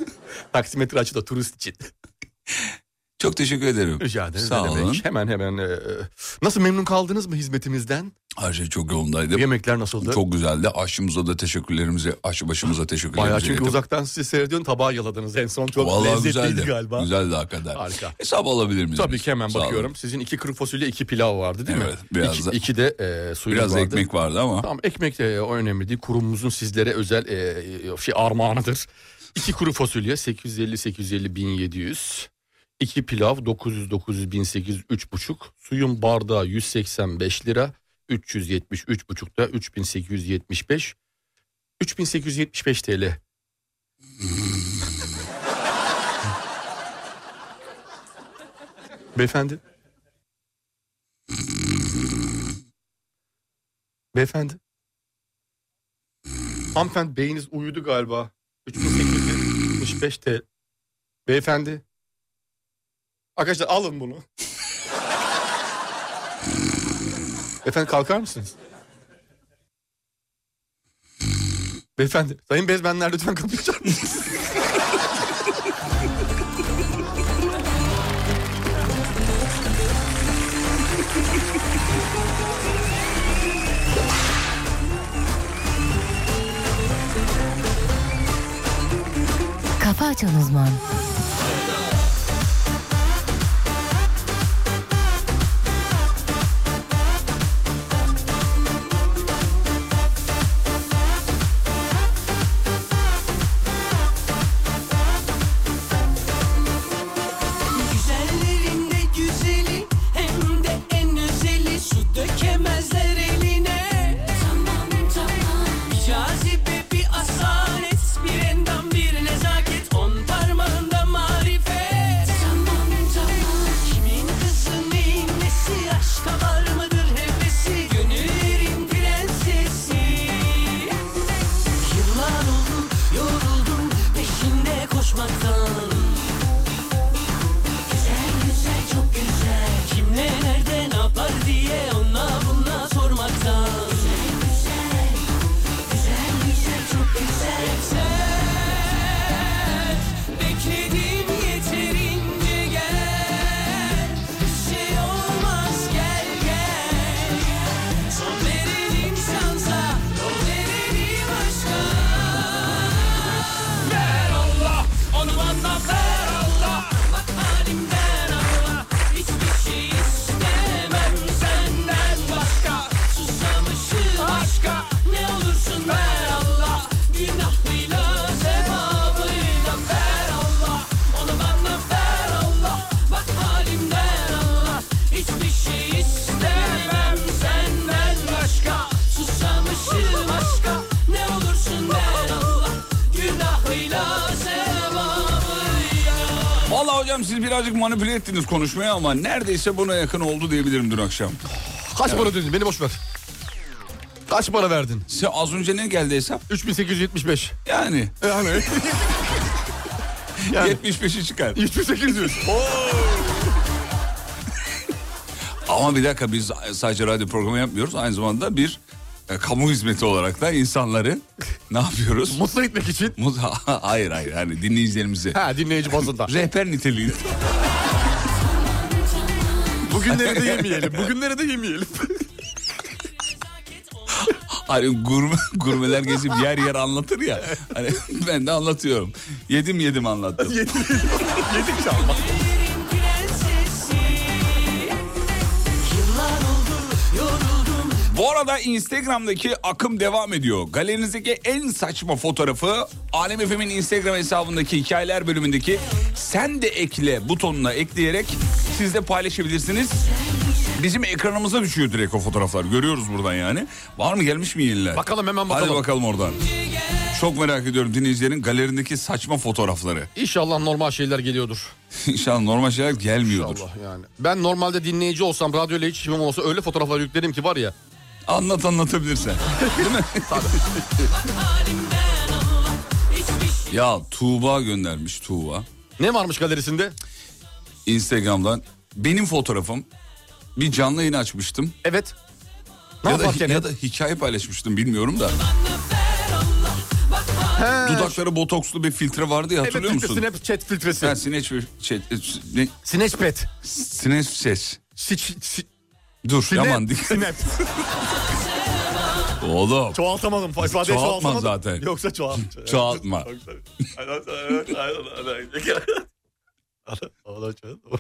S4: Taksimetre açı da turist için.
S3: çok teşekkür ederim.
S4: Rica ederim.
S3: Sağ
S4: ne demek.
S3: olun.
S4: Hemen hemen. e, nasıl memnun kaldınız mı hizmetimizden?
S3: Her şey çok yolundaydı.
S4: Yemekler nasıldı?
S3: Çok güzeldi. Aşımıza da teşekkürlerimizi, aşı başımıza teşekkürlerimizi.
S4: Bayağı çünkü
S3: iletelim.
S4: uzaktan sizi seyrediyorsun tabağı yaladınız en son. Çok
S3: Vallahi
S4: lezzetliydi
S3: güzeldi.
S4: galiba.
S3: Güzeldi hakikaten.
S4: Harika.
S3: Hesap alabilir miyiz?
S4: Tabii ki hemen
S3: Sağ olun.
S4: bakıyorum. Sizin iki kuru fasulye, iki pilav vardı değil mi?
S3: Evet, biraz
S4: iki,
S3: da-
S4: iki de e, suyunuz
S3: Biraz
S4: vardı.
S3: ekmek vardı ama.
S4: Tamam ekmek de e, o önemli değil. Kurumumuzun sizlere özel e, şey armağanıdır. İki kuru fasulye 850 850 1700. İki pilav 900 900 1800 3,5. Suyun bardağı 185 lira. 370 3,5 da 3875. 3875 TL. Beyefendi. Beyefendi. Hanımefendi beyiniz uyudu galiba. 3875 TL. Beyefendi. Arkadaşlar alın bunu. Beyefendi kalkar mısınız? Beyefendi. Sayın Bezmenler lütfen kapıyı çarpın.
S7: Kafa Açan Uzman
S9: Güzellerin de güzeli hem de en özeli su dökemezler eline. Tamam tamam. Bir cazibe bir asalet bir endam bir nezaket on parmağında marifet. Tamam tamam. Kimin kızı neyin nesi aşka var mıdır hevesi gönüllerin prensesi. Yıllar oldu yoruldum peşinde koşmaktan. Güzel güzel çok güzel Kimle nerede ne yapar diye ona buna sormaktan Güzel güzel Güzel güzel çok güzel Hep sen Bekledim yeterince gel Bir şey olmaz gel gel Son verelim şansa Yol verelim aşka Ver Allah Onu bana ver Allah Bak halimden Allah Hiçbir şey istemem senden başka Susamışım aşka Ne olursun ver Allah Günahıyla sevabıyla ver Allah Onu bana ver Allah Bak halimden Allah Hiçbir şey istemem senden başka Susamışım aşka Ne olursun ver Allah Günahıyla sevabıyla
S3: Valla hocam siz birazcık manipüle ettiniz konuşmaya ama neredeyse buna yakın oldu diyebilirim dün akşam.
S4: Kaç para ödedin? Beni boş ver. Kaç para verdin?
S3: Size az önce ne geldi hesap?
S4: 3875.
S3: Yani,
S4: Yani. yani
S3: 75'i çıkar.
S4: 3800. Oo.
S3: Ama bir dakika biz sadece radyo programı yapmıyoruz. Aynı zamanda bir e, kamu hizmeti olarak da insanları ne yapıyoruz?
S4: Mutlu etmek için.
S3: Mut- hayır hayır hani dinleyicilerimizi.
S4: Ha dinleyici bazında.
S3: Rehber niteliği.
S4: Bugünleri de yemeyelim. Bugünleri de yemeyelim.
S3: Hani gurme, gurmeler gezip yer yer anlatır ya. Hani ben de anlatıyorum. Yedim yedim anlattım.
S4: Yedik şu an. Bak,
S3: Bu arada Instagram'daki akım devam ediyor. Galerinizdeki en saçma fotoğrafı Alem FM'in Instagram hesabındaki hikayeler bölümündeki sen de ekle butonuna ekleyerek siz de paylaşabilirsiniz. Bizim ekranımıza düşüyor direkt o fotoğraflar. Görüyoruz buradan yani. Var mı gelmiş mi yeniler?
S4: Bakalım, hemen
S3: Hadi
S4: bakalım.
S3: bakalım oradan. Çok merak ediyorum dinleyicilerin galerindeki saçma fotoğrafları.
S4: İnşallah normal şeyler geliyordur.
S3: İnşallah normal şeyler gelmiyordur.
S4: Allah yani. Ben normalde dinleyici olsam radyoyla hiç işim olsa öyle fotoğraflar yüklerim ki var ya.
S3: Anlat anlatabilirsen. Değil mi? ya Tuğba göndermiş Tuğba.
S4: Ne varmış galerisinde?
S3: Instagram'dan benim fotoğrafım bir canlı yayın açmıştım.
S4: Evet. Ne
S3: ya, da,
S4: yaparken?
S3: ya da hikaye paylaşmıştım bilmiyorum da.
S4: He.
S3: Dudakları botokslu bir filtre vardı ya hatırlıyor
S4: evet, filtre,
S3: musun?
S4: Snapchat filtresi.
S3: Ha, sineç bir şey, e, ne,
S4: Snapchat.
S3: sineç ses.
S4: Siç- si-
S3: Dur
S4: Snap-
S3: yaman dikkat.
S4: Snap.
S3: Oğlum
S4: Çoğaltamadım. fa- ifadeyi
S3: Çoğaltma
S4: çoğaltamadım.
S3: zaten.
S4: Yoksa çoğalt.
S3: çoğaltma.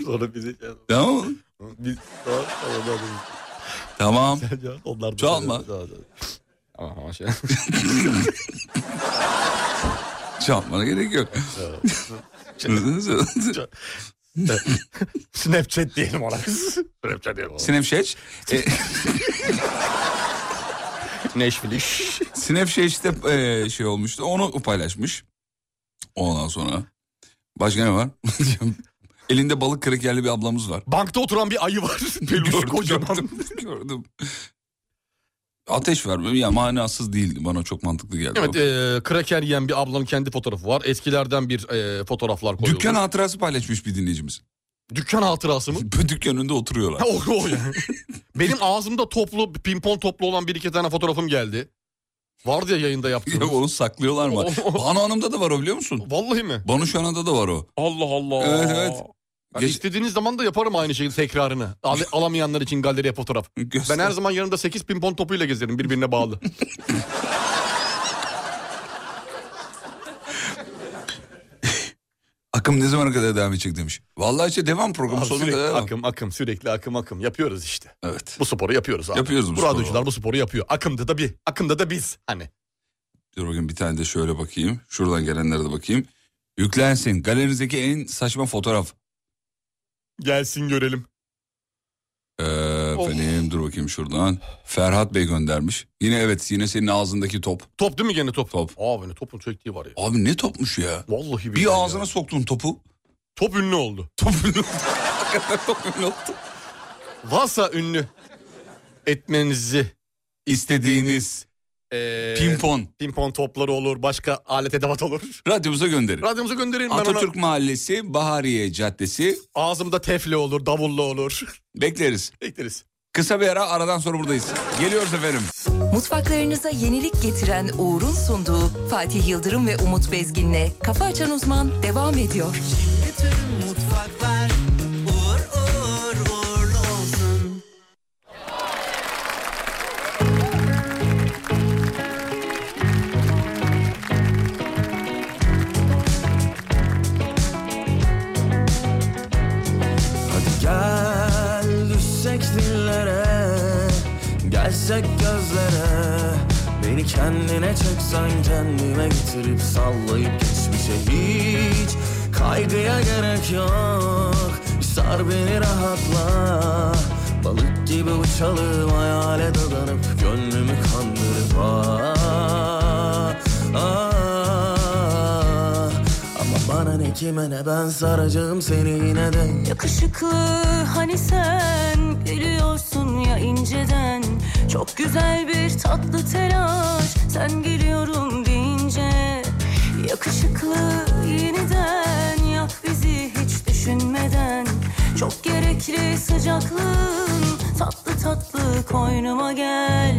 S4: Sonra bizi
S3: Tamam mı?
S4: biz sonra sonra
S3: Tamam.
S4: onlar da
S3: Çoğalma.
S4: Ama ama şey.
S3: Çalmana gerek yok. E-
S4: Snapchat diyelim ona. Snapchat diyelim ona.
S3: Snapchat. E,
S4: Neşviliş.
S3: Snapchat'te e, şey olmuştu. Onu paylaşmış. Ondan sonra. Başka ne var? Elinde balık krekerli bir ablamız var.
S4: Bankta oturan bir ayı var. Peluş
S3: Gördüm,
S4: kocaman.
S3: gördüm, gördüm. Ateş vermem ya manasız değil bana çok mantıklı geldi.
S4: Evet e, kraker yiyen bir ablanın kendi fotoğrafı var. Eskilerden bir e, fotoğraflar koyuyor.
S3: Dükkan hatırası paylaşmış bir dinleyicimiz.
S4: Dükkan hatırası mı?
S3: Dükkan önünde oturuyorlar.
S4: Ha, o, o yani. Benim ağzımda toplu pimpon toplu olan bir iki tane fotoğrafım geldi. Vardı ya yayında
S3: Ya
S4: yaptığımız.
S3: onu saklıyorlar mı? Banu Hanım'da da var o biliyor musun?
S4: Vallahi mi?
S3: Banu Şana'da da var o.
S12: Allah Allah.
S3: Evet, evet.
S4: Yani
S3: Geç-
S4: istediğiniz zaman da yaparım aynı şekilde tekrarını. Al- alamayanlar için galeriye fotoğraf.
S3: Göster.
S4: Ben her zaman yanımda 8 pimpon topuyla gezerim birbirine bağlı.
S3: Akım ne zamana kadar devam edecek demiş. Vallahi işte devam programı
S4: Abi
S3: sonuna
S4: sürekli
S3: kadar. devam.
S4: akım akım sürekli akım akım yapıyoruz işte.
S3: Evet.
S4: Bu sporu yapıyoruz abi.
S3: Yapıyoruz bu
S4: bu
S3: sporu.
S4: radyocular bu sporu yapıyor. Akımda da bir akımda da biz hani.
S3: Dur bakayım bir tane de şöyle bakayım. Şuradan gelenlere de bakayım. Yüklensin. Galerinizdeki en saçma fotoğraf.
S4: Gelsin görelim. Oh.
S3: Ee, efendim dur bakayım şuradan. Ferhat Bey göndermiş. Yine evet yine senin ağzındaki top.
S4: Top değil mi gene top?
S3: Top.
S4: Abi ne topun çektiği var ya.
S3: Abi ne topmuş ya?
S4: Vallahi billahi ya.
S3: Bir ağzına soktun topu.
S4: Top ünlü oldu.
S3: Top ünlü oldu. Hakikaten top ünlü oldu.
S4: Varsa ünlü etmenizi
S3: İstediğiniz
S4: ee,
S3: pimpon
S4: pimpon topları olur, başka alet edevat olur.
S3: radyomuza gönderin.
S4: Radyomuza gönderin ben
S3: Atatürk
S4: ona.
S3: Mahallesi, Bahariye Caddesi
S4: Ağzımda tefli olur, davulla olur.
S3: bekleriz.
S4: Bekleriz.
S3: Kısa bir ara aradan sonra buradayız. Geliyoruz efendim.
S8: Mutfaklarınıza yenilik getiren Uğur'un sunduğu Fatih Yıldırım ve Umut Bezgin'le Kafa Açan Uzman devam ediyor.
S9: Tüm mutfaklar uğur uğur uğurlu olsun. Hadi gel düşsek dillere Gelsek gözlere Beni kendine çeksen kendime getirip sallayıp geçmişe hiç Kaygıya gerek yok Sar beni rahatla Balık gibi uçalım hayale dadanıp Gönlümü kandırıp ah, ah. Ama bana ne kime ne ben saracağım seni yine de
S13: Yakışıklı hani sen gülüyorsun ya inceden Çok güzel bir tatlı telaş sen geliyorum deyince Yakışıklı yeniden yak bizi hiç düşünmeden Çok gerekli sıcaklığın tatlı tatlı koynuma gel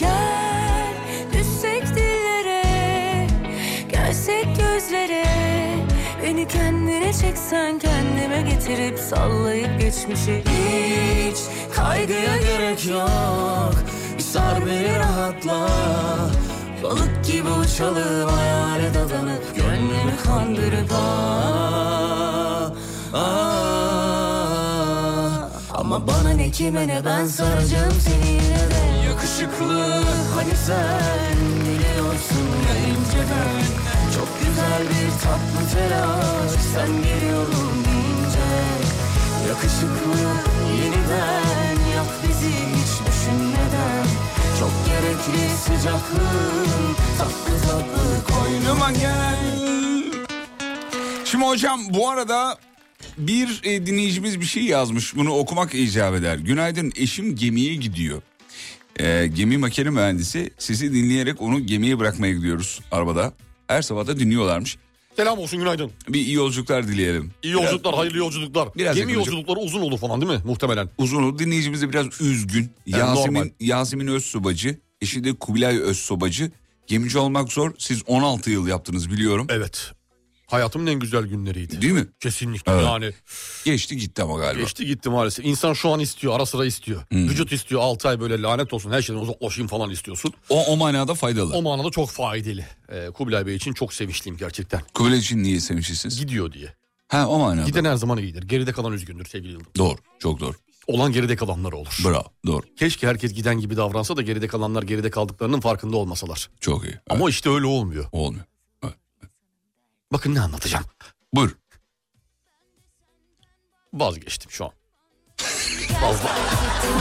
S13: Gel düşsek dillere Gelsek gözlere Beni kendine çeksen kendime getirip sallayıp geçmişe Hiç
S9: Kaygıya gerek yok Sar beni rahatla Balık gibi uçalım hayale dadanıp Gönlümü kandırıp ah, ah. Ama bana ne kime ne ben saracağım seni yine de Yakışıklı hani sen biliyorsun ya inceden Çok güzel bir tatlı telaş sen geliyorum deyince Yakışıklı yeniden yap bizi hiç düşünmeden Çok gerekli sıcaklığın tatlı tatlı koynuma gel
S3: Şimdi hocam bu arada bir e, dinleyicimiz bir şey yazmış. Bunu okumak icap eder. Günaydın eşim gemiye gidiyor. E, gemi makine mühendisi. Sizi dinleyerek onu gemiye bırakmaya gidiyoruz arabada. Her sabah da dinliyorlarmış.
S4: Selam olsun günaydın.
S3: Bir iyi yolculuklar dileyelim.
S4: İyi yolculuklar, hayırlı yolculuklar.
S3: Biraz
S4: Gemi
S3: yakınacak.
S4: yolculukları uzun olur falan değil mi muhtemelen?
S3: Uzun oldu. Dinleyicimiz de biraz üzgün.
S4: Yani
S3: Yasemin,
S4: normal.
S3: Yasemin Özsobacı. Eşi de Kubilay Özsobacı. Gemici olmak zor. Siz 16 yıl yaptınız biliyorum.
S4: Evet. Hayatımın en güzel günleriydi.
S3: Değil mi?
S4: Kesinlikle
S3: Evet.
S4: yani
S3: Geçti gitti ama galiba. Hmm.
S4: geçti gitti maalesef. İnsan şu an istiyor ara sıra istiyor. Vücut istiyor 6 ay böyle lanet olsun her şeyden uzaklaşayım falan istiyorsun.
S3: O, o manada faydalı.
S4: O manada çok faydalı. Ee, Kubilay Bey için çok sevinçliyim gerçekten.
S3: Kubilay için niye sevmişsiniz?
S4: Gidiyor diye.
S3: Ha o manada.
S4: Giden her zaman iyidir. Geride kalan üzgündür sevgili Yıldırım.
S3: Doğru. Çok doğru.
S4: Olan geride kalanlar olur.
S3: Bravo. Doğru.
S4: Keşke herkes giden gibi davransa da geride kalanlar geride kaldıklarının farkında olmasalar.
S3: Çok iyi.
S4: Ama işte öyle olmuyor.
S3: Olmuyor.
S4: Bakın ne anlatacağım.
S3: Buyur.
S4: Vazgeçtim şu an. Fazla,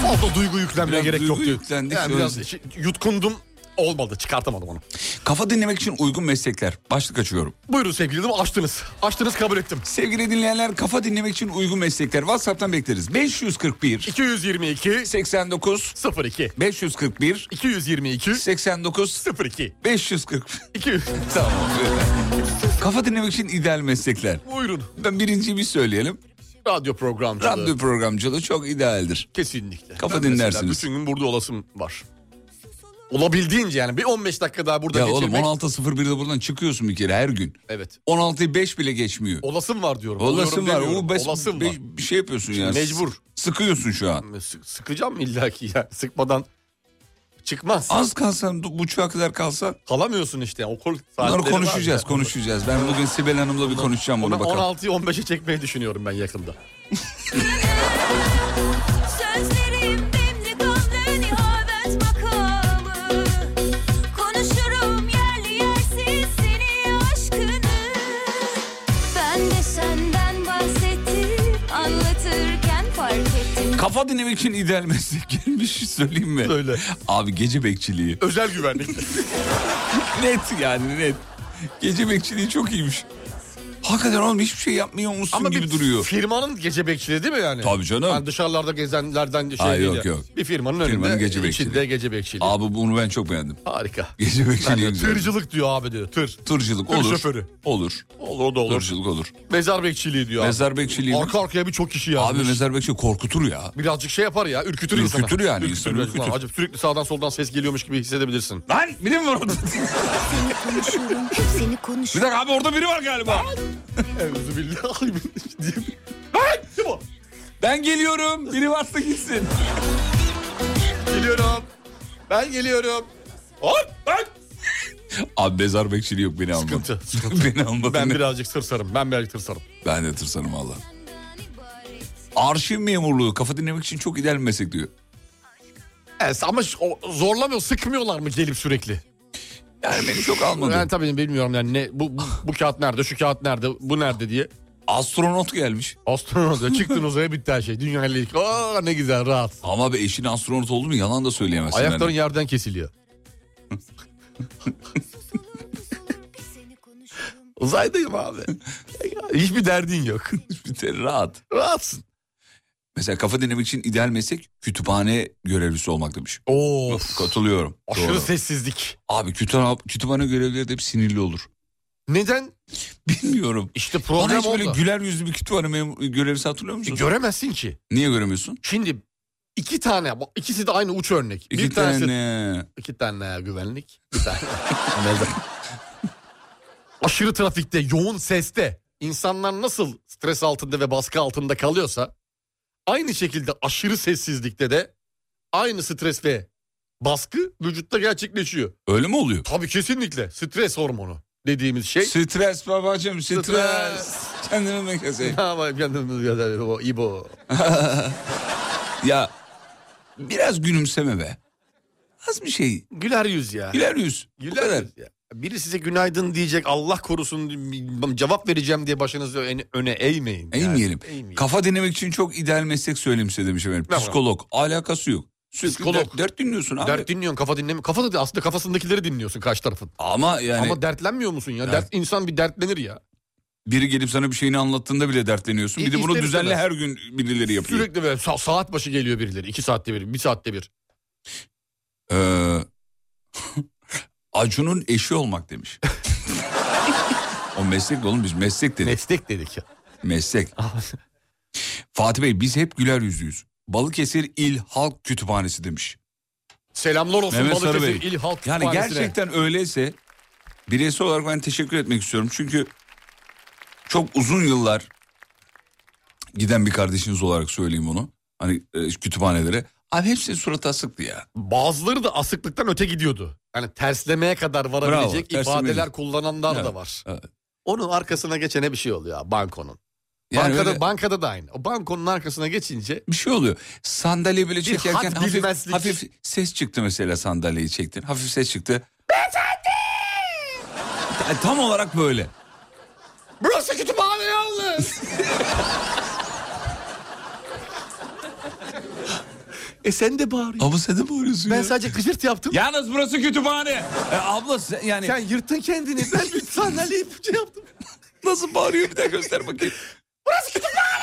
S4: fazla duygu yüklenmeye
S3: Biraz
S4: gerek
S3: duygu
S4: yok diyor.
S3: yüklendik,
S4: Yani biraz
S3: öyle.
S4: şi- yutkundum olmadı çıkartamadım onu.
S3: Kafa dinlemek için uygun meslekler. Başlık açıyorum.
S4: Buyurun sevgili Yıldırım açtınız. Açtınız kabul ettim.
S3: Sevgili dinleyenler kafa dinlemek için uygun meslekler. WhatsApp'tan bekleriz. 541
S4: 222
S3: 89
S4: 02
S3: 541
S4: 222
S3: 89
S4: 02
S3: 540
S4: 200
S3: Tamam. kafa dinlemek için ideal meslekler.
S4: Buyurun.
S3: Ben birinciyi bir söyleyelim.
S4: Radyo programcılığı.
S3: Radyo programcılığı çok idealdir.
S4: Kesinlikle.
S3: Kafa
S4: Ben mesela
S3: dinlersiniz.
S4: Bütün gün burada olasım var. Olabildiğince yani bir 15 dakika daha burada
S3: Ya oğlum
S4: geçirmek.
S3: 16.01'de buradan çıkıyorsun bir kere her gün.
S4: Evet.
S3: 16'yı 5 bile geçmiyor.
S4: Olasım var diyorum.
S3: Olasın
S4: Oluyorum
S3: var.
S4: demiyorum.
S3: O bes-
S4: Olasım
S3: be-
S4: var.
S3: Bir şey yapıyorsun ya.
S4: mecbur.
S3: Sıkıyorsun şu an.
S4: Sık- sıkacağım illaki ya. Sıkmadan çıkmaz.
S3: Az kalsan du- buçuğa kadar kalsan
S4: Kalamıyorsun işte. Okul saatleri
S3: bunları
S4: var
S3: konuşacağız
S4: ya.
S3: konuşacağız. Ben bugün Sibel Hanım'la bir konuşacağım
S4: Ona
S3: bunu bakalım.
S4: 16'yı 15'e çekmeyi düşünüyorum ben yakında.
S10: Sözlerim demli kanlı nihayet makamı Konuşurum yerli yersiz seni aşkını Ben de senden bahsettim anlatırken fark ettim
S3: Kafa dinlemek için ideal meslek gelmiş söyleyeyim mi?
S4: Söyle.
S3: Abi gece bekçiliği.
S4: Özel güvenlik.
S3: net yani net. Gece bekçiliği çok iyiymiş. Hakikaten oğlum hiçbir şey yapmıyor musun
S4: Ama
S3: gibi
S4: bir
S3: duruyor.
S4: firmanın gece bekçiliği değil mi yani?
S3: Tabii canım.
S4: Yani dışarılarda gezenlerden şey
S3: Hayır,
S4: değil
S3: yok,
S4: ya.
S3: yok.
S4: Bir firmanın önünde
S3: Firmanın gece
S4: içinde
S3: bekçiliği.
S4: gece bekçiliği.
S3: Abi bunu ben çok beğendim.
S4: Harika.
S3: Gece
S4: Bence
S3: bekçiliği güzel.
S4: tırcılık diyor abi diyor. Tır.
S3: Tırcılık
S4: Tır
S3: olur.
S4: şoförü.
S3: Olur.
S4: Olur o da olur.
S3: Tırcılık olur.
S4: Mezar bekçiliği diyor. abi.
S3: Mezar bekçiliği mi?
S4: Arka arkaya birçok kişi yazmış.
S3: Abi mezar bekçiliği korkutur ya.
S4: Birazcık şey yapar ya ürkütür,
S3: Ürkütür
S4: insanı.
S3: yani, insanı
S4: biraz.
S3: ürkütür.
S4: Ulan Acaba sürekli sağdan soldan ses geliyormuş gibi hissedebilirsin.
S3: Lan biri mi var orada?
S10: Konuşurum hep seni konuşurum
S3: Bir dakika abi orada biri var galiba.
S4: Evzubillahi
S3: Ben geliyorum. Biri varsa gitsin.
S4: Geliyorum. Ben geliyorum. Hop bak.
S3: Abi mezar bekçiliği yok beni almadı.
S4: Sıkıntı,
S3: beni almadı.
S4: Ben
S3: Ben,
S4: birazcık tırsarım. Ben birazcık tırsarım.
S3: ben de tırsanım valla. Arşiv memurluğu kafa dinlemek için çok ideal bir meslek diyor.
S4: Evet, ama ş- o- zorlamıyor, sıkmıyorlar mı gelip sürekli?
S3: Yani beni çok almadı.
S4: Ben tabii bilmiyorum yani ne bu, bu, bu kağıt nerede, şu kağıt nerede, bu nerede diye.
S3: Astronot gelmiş.
S4: Astronota çıktın uzaya bitti her şey. Dünya ile ilgili. Aa ne güzel rahat.
S3: Ama be eşin astronot oldu mu yalan da söyleyemezsin.
S4: Ayakların
S3: yani.
S4: yerden kesiliyor.
S10: seni konuşurum
S4: Uzaydayım abi. Hiçbir derdin yok.
S3: Biter, rahat.
S4: Rahatsın.
S3: Mesela kafa dinlemek için ideal meslek kütüphane görevlisi olmak demiş.
S4: Of.
S3: Katılıyorum.
S4: Aşırı
S3: Doğru.
S4: sessizlik.
S3: Abi kütüphane, kütüphane görevlileri de hep sinirli olur.
S4: Neden?
S3: Bilmiyorum.
S4: İşte
S3: Bana
S4: problem
S3: hiç böyle
S4: orada.
S3: güler yüzlü bir kütüphane memur- görevlisi hatırlıyor musun?
S4: E, Göremezsin ki.
S3: Niye göremiyorsun?
S4: Şimdi iki tane, bak ikisi de aynı uç örnek.
S3: İki
S4: bir
S3: tane.
S4: tanesi İki tane güvenlik. Bir tane. Mezar. Aşırı trafikte, yoğun seste insanlar nasıl stres altında ve baskı altında kalıyorsa aynı şekilde aşırı sessizlikte de aynı stres ve baskı vücutta gerçekleşiyor.
S3: Öyle mi oluyor?
S4: Tabii kesinlikle stres hormonu dediğimiz şey.
S3: Stres babacım stres.
S4: Stres.
S3: Kendimi mi keseyim?
S4: Ama kendimiz kadar o İbo.
S3: ya biraz gülümseme be. Az bir şey.
S4: Güler yüz ya.
S3: Güler yüz. Bu
S4: Güler
S3: kadar.
S4: yüz ya. Biri size günaydın diyecek Allah korusun cevap vereceğim diye başınızı öne, öne eğmeyin. yani.
S3: Eğmeyelim.
S4: Eğmeyelim.
S3: Kafa dinlemek için çok ideal meslek söylemişse demiş efendim.
S4: Bravo.
S3: Psikolog. Alakası yok. Sürekli
S4: Psikolog.
S3: Dert, dert dinliyorsun abi.
S4: Dert dinliyorsun kafa dinleme. Kafa da aslında kafasındakileri dinliyorsun karşı tarafın.
S3: Ama yani
S4: Ama dertlenmiyor musun ya?
S3: Evet.
S4: Dert insan bir dertlenir ya.
S3: biri gelip sana bir şeyini anlattığında bile dertleniyorsun. Bir de
S4: İ-
S3: bunu
S4: ister
S3: düzenli
S4: istemez.
S3: her gün birileri yapıyor.
S4: Sürekli böyle sa- saat başı geliyor birileri. iki saatte bir, bir saatte bir.
S3: Ee, Acun'un eşi olmak demiş. o meslek de oğlum biz meslek dedik.
S4: Meslek dedik ya.
S3: Meslek. Fatih Bey biz hep güler yüzlüyüz. Balıkesir İl Halk Kütüphanesi demiş.
S4: Selamlar olsun
S3: Mehmet
S4: Balıkesir
S3: Sarıbey.
S4: İl Halk
S3: Yani
S4: Kütüphanesi'ne.
S3: gerçekten öyleyse bireysel olarak ben teşekkür etmek istiyorum. Çünkü çok uzun yıllar giden bir kardeşiniz olarak söyleyeyim onu. Hani e, kütüphanelere. Abi hepsinin suratı asıktı ya.
S4: Bazıları da asıklıktan öte gidiyordu. Yani terslemeye kadar varabilecek
S3: Bravo, terslemeye-
S4: ifadeler kullananlar
S3: Evet,
S4: da var.
S3: evet.
S4: Onun arkasına geçene bir şey oluyor ya bankonun.
S3: Yani
S4: bankada,
S3: öyle-
S4: bankada da aynı. O bankonun arkasına geçince
S3: bir şey oluyor. Sandalye böyle çekerken
S4: hat
S3: hafif,
S4: bilmezlik.
S3: hafif ses çıktı mesela sandalyeyi çektin. Hafif ses çıktı. Ta- Tam olarak böyle.
S4: Burası kütüphane yalnız. e sen de bağırıyorsun.
S3: Ama sen de bağırıyorsun
S4: Ben
S3: ya.
S4: sadece kıcırt yaptım.
S3: Yalnız burası kütüphane. E, abla sen- yani
S4: Sen yırttın kendini. Ben bir sandalye ipucu yaptım.
S3: nasıl bağırıyor bir daha göster bakayım.
S4: Burası kütüphane.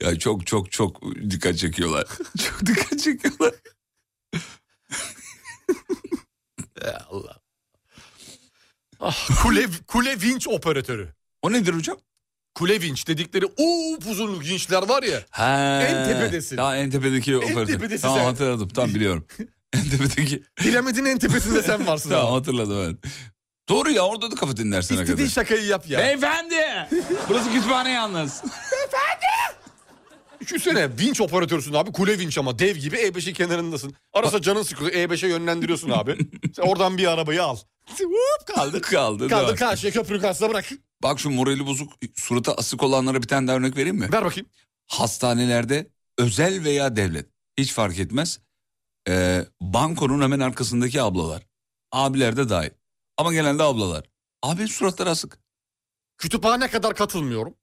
S3: Ya çok çok çok dikkat çekiyorlar. çok dikkat çekiyorlar.
S4: Allah. Ah, kule, kule vinç operatörü.
S3: O nedir hocam?
S4: Kule vinç dedikleri upuzun vinçler var ya.
S3: Ha,
S4: En tepedesin.
S3: Daha en tepedeki operatör.
S4: tepedesin
S3: tamam
S4: sen.
S3: hatırladım. Tam biliyorum. en tepedeki.
S4: Piramidin en tepesinde sen varsın.
S3: tamam
S4: ama.
S3: hatırladım evet. Doğru ya orada da kafa dinlersin.
S4: İstediğin
S3: hakikaten.
S4: şakayı yap ya.
S3: Beyefendi. Burası kütüphane yalnız.
S4: Düşünsene vinç operatörsün abi kule vinç ama dev gibi E5'in kenarındasın. Arasa canın sıkılıyor E5'e yönlendiriyorsun abi. Sen oradan bir arabayı al. Hop kaldı.
S3: Kaldı.
S4: Kaldı
S3: devam.
S4: karşıya köprü karşısına bırak.
S3: Bak şu morali bozuk surata asık olanlara bir tane daha örnek vereyim mi?
S4: Ver bakayım.
S3: Hastanelerde özel veya devlet hiç fark etmez. Ee, bankonun hemen arkasındaki ablalar. Abiler de dahil. Ama genelde ablalar. Abi suratları asık.
S4: Kütüphane kadar katılmıyorum.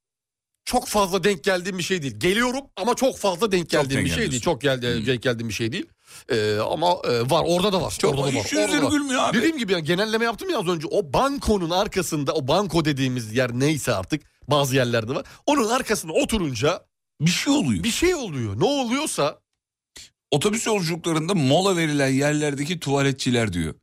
S4: Çok fazla denk geldiğim bir şey değil. Geliyorum ama çok fazla denk geldiğim
S3: denk
S4: bir şey değil.
S3: geliyorsun.
S4: Çok geldi, denk geldiğim bir şey değil. Ee, ama e, var orada da var.
S3: Çok
S4: orada da var.
S3: hiç yüzleri
S4: orada da var.
S3: gülmüyor abi.
S4: Dediğim gibi yani genelleme yaptım ya az önce. O bankonun arkasında o banko dediğimiz yer neyse artık bazı yerlerde var. Onun arkasına oturunca
S3: Bir şey oluyor.
S4: bir şey oluyor. Ne oluyorsa
S3: Otobüs yolculuklarında mola verilen yerlerdeki tuvaletçiler diyor.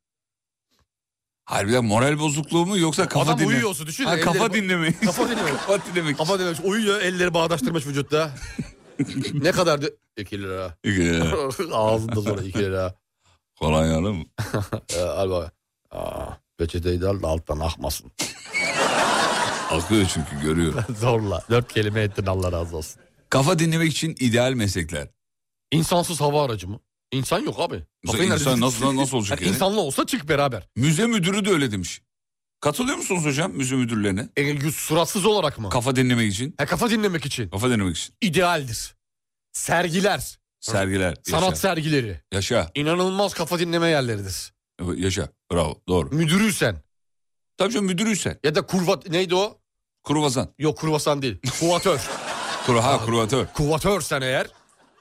S3: Harbiden moral bozukluğu mu yoksa kafa
S4: adam
S3: dinle-
S4: uyuyorsa düşün.
S3: Ha, kafa
S4: elleri-
S3: dinlemeyi.
S4: Kafa dinlemek.
S3: kafa dinlemek.
S4: Kafa dinlemek. Uyuyor elleri bağdaştırmış vücutta. ne kadar diyor? 2 lira.
S3: Ee,
S4: Ağzında sonra 2 lira.
S3: Kolay yağlı mı?
S4: Ee, al bak. Aa, peçeteyi de al da alttan akmasın.
S3: Akıyor çünkü görüyorum.
S4: Zorla. Dört kelime ettin Allah razı olsun.
S3: Kafa dinlemek için ideal meslekler.
S4: İnsansız hava aracı mı? İnsan yok abi.
S3: Mesela insan nasıl nasıl olacak
S4: Yani
S3: yani?
S4: insanlı Hani olsa çık beraber.
S3: Müze müdürü de öyle demiş. Katılıyor musunuz hocam müze müdürlerine?
S4: E, yüz- suratsız olarak mı?
S3: Kafa dinlemek için.
S4: Ha, kafa dinlemek için.
S3: Kafa dinlemek için.
S4: idealdir. Sergiler.
S3: Sergiler.
S4: Sanat sergileri.
S3: Yaşa.
S4: inanılmaz kafa dinleme yerleridir.
S3: Yaşa. Yaşa. Bravo. Doğru.
S4: Müdürüysen
S3: Tabii canım müdürüysen.
S4: ya da kurvat neydi o?
S3: Kruvasan.
S4: Yok kurvasan değil. Kuvatör.
S3: Kru, ha kruvatör.
S4: Kuvatörsen eğer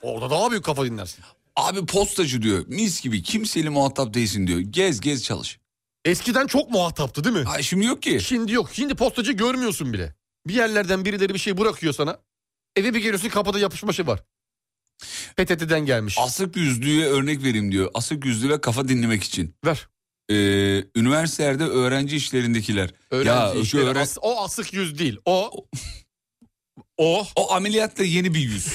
S4: orada daha büyük kafa dinlersin.
S3: Abi postacı diyor. Mis gibi kimseyle muhatap değilsin diyor. Gez gez çalış.
S4: Eskiden çok muhataptı değil mi?
S3: Ha şimdi yok ki.
S4: Şimdi yok. Şimdi postacı görmüyorsun bile. Bir yerlerden birileri bir şey bırakıyor sana. Eve bir geliyorsun kapıda yapışma şey var. PTT'den gelmiş.
S3: Asık yüzlüğe örnek vereyim diyor. Asık yüzlüğe kafa dinlemek için.
S4: Ver.
S3: Ee, üniversitelerde öğrenci işlerindekiler.
S4: Öğrenci
S3: ya şu
S4: işleri.
S3: öğren-
S4: As- o asık yüz değil. O o
S3: O ameliyatla yeni bir yüz.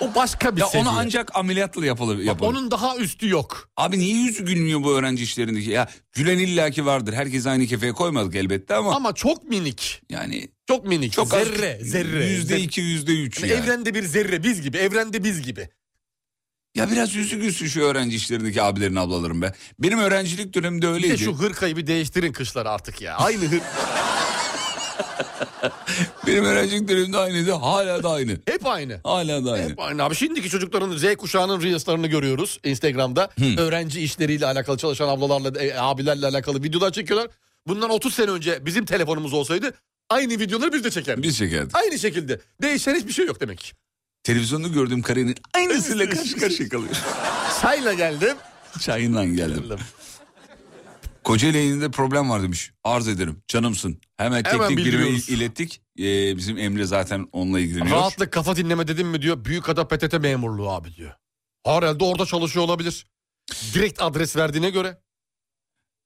S4: o başka bir
S3: ya
S4: seviye.
S3: onu ancak ameliyatla yapılır.
S4: Bak,
S3: yapılır.
S4: onun daha üstü yok.
S3: Abi niye yüzü gülmüyor bu öğrenci işlerindeki? Ya gülen illaki vardır. Herkes aynı kefeye koymadık elbette ama,
S4: Ama çok minik.
S3: yani
S4: Çok minik.
S3: çok az-
S4: zerre, zerre.
S3: Yüzde
S4: zerre.
S3: iki, yüzde üç
S4: Yani
S3: yani.
S4: Evrende bir zerre biz gibi. Evrende biz gibi.
S3: Ya biraz yüzü gülsün şu öğrenci işlerindeki abilerin ablalarım be. Benim öğrencilik döneminde
S4: Bir
S3: öyleydi.
S4: de şu hırkayı bir değiştirin kışlar artık ya. Aynı hır.
S3: Benim öğrencilik döneminde aynıydı. Hala da aynı.
S4: Hep aynı.
S3: Hala da aynı.
S4: Hep aynı abi. Şimdiki çocukların Z kuşağının reels'larını görüyoruz Instagram'da. Öğrenci işleriyle alakalı çalışan ablalarla, e, abilerle alakalı videolar çekiyorlar. Bundan 30 sene önce bizim telefonumuz olsaydı aynı videoları biz de çekerdik.
S3: Biz çekerdik.
S4: Aynı şekilde. Değişen hiçbir şey yok demek ki.
S3: Televizyonda gördüğüm karenin aynısıyla karşı karşıya kalıyor.
S4: Çayla geldim.
S3: Çayınla geldim. Kocaeli yayınında problem var demiş. Arz ederim. Canımsın. Hemen teknik
S4: Hemen
S3: birime
S4: bildiriyoruz.
S3: il- ilettik. Ee, bizim Emre zaten onunla ilgileniyor.
S4: Rahatlık kafa dinleme dedim mi diyor. Büyükada PTT memurluğu abi diyor. Herhalde orada çalışıyor olabilir. Direkt adres verdiğine göre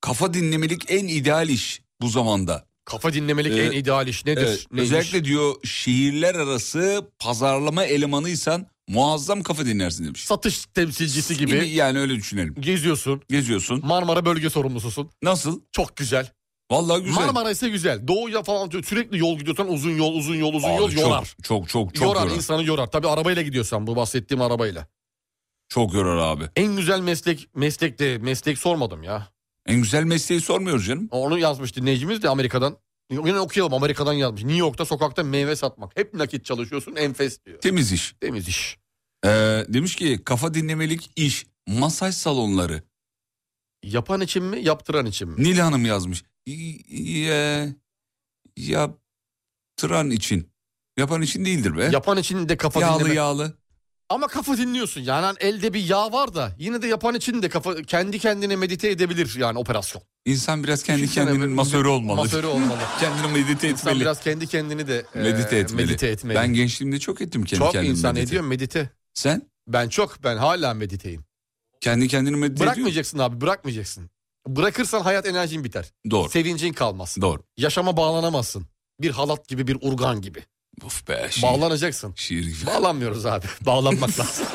S3: Kafa dinlemelik en ideal iş bu zamanda.
S4: kafa dinlemelik
S3: Ee,
S4: en ideal iş nedir?
S3: Evet,
S4: Neymiş?
S3: özellikle diyor şehirler arası pazarlama elemanıysan muazzam kafa dinlersin demiş.
S4: satış temsilcisi gibi
S3: yani öyle düşünelim.
S4: geziyorsun.
S3: Geziyorsun.
S4: Marmara bölge sorumlususun.
S3: Nasıl?
S4: Çok güzel.
S3: Vallahi güzel.
S4: Marmara ise güzel. Doğuya falan diyor, sürekli yol gidiyorsan uzun yol uzun yol uzun
S3: Abi
S4: yol
S3: çok,
S4: yorar.
S3: Çok çok çok
S4: Yorar,
S3: yorar.
S4: insanı yorar. Tabii arabayla gidiyorsan bu bahsettiğim arabayla.
S3: Çok yorar abi.
S4: En güzel meslek meslek de meslek sormadım ya.
S3: En güzel mesleği sormuyoruz canım.
S4: Onu yazmış dinleyicimiz de Amerika'dan. Yine okuyalım Amerika'dan yazmış. New York'ta sokakta meyve satmak. Hep nakit çalışıyorsun enfes diyor.
S3: Temiz iş.
S4: Temiz iş.
S3: Ee, demiş ki kafa dinlemelik iş, masaj salonları.
S4: Yapan için mi yaptıran için mi?
S3: Nil Hanım yazmış. Ya, yaptıran için. Yapan için değildir be.
S4: Yapan için de kafa
S3: yağlı
S4: dinleme.
S3: yağlı.
S4: Ama kafa dinliyorsun yani Hani elde bir yağ var da yine de yapan için de kafa kendi kendine medite edebilir yani operasyon.
S3: İnsan biraz kendi
S4: Düşünsene
S3: kendinin
S4: bir-
S3: masörü olmalı.
S4: Masörü olmalı.
S3: Kendini medite
S4: İnsan
S3: etmeli.
S4: biraz kendi kendini de e,
S3: medite etmeli.
S4: medite etmeli.
S3: Ben gençliğimde çok ettim kendi
S4: çok
S3: kendimi
S4: insan
S3: medite.
S4: ediyor medite.
S3: Sen
S4: Ben çok ben hala mediteyim.
S3: kendi kendini medite ediyorsun.
S4: Bırakmayacaksın abi bırakmayacaksın. Bırakırsan hayat enerjin biter.
S3: Doğru.
S4: Sevincin kalmaz.
S3: Doğru.
S4: Yaşama bağlanamazsın. Bir halat gibi bir urgan gibi.
S3: Of be. Şiir,
S4: Bağlanacaksın.
S3: şiir gibi.
S4: Bağlanmıyoruz abi. Bağlanmak lazım.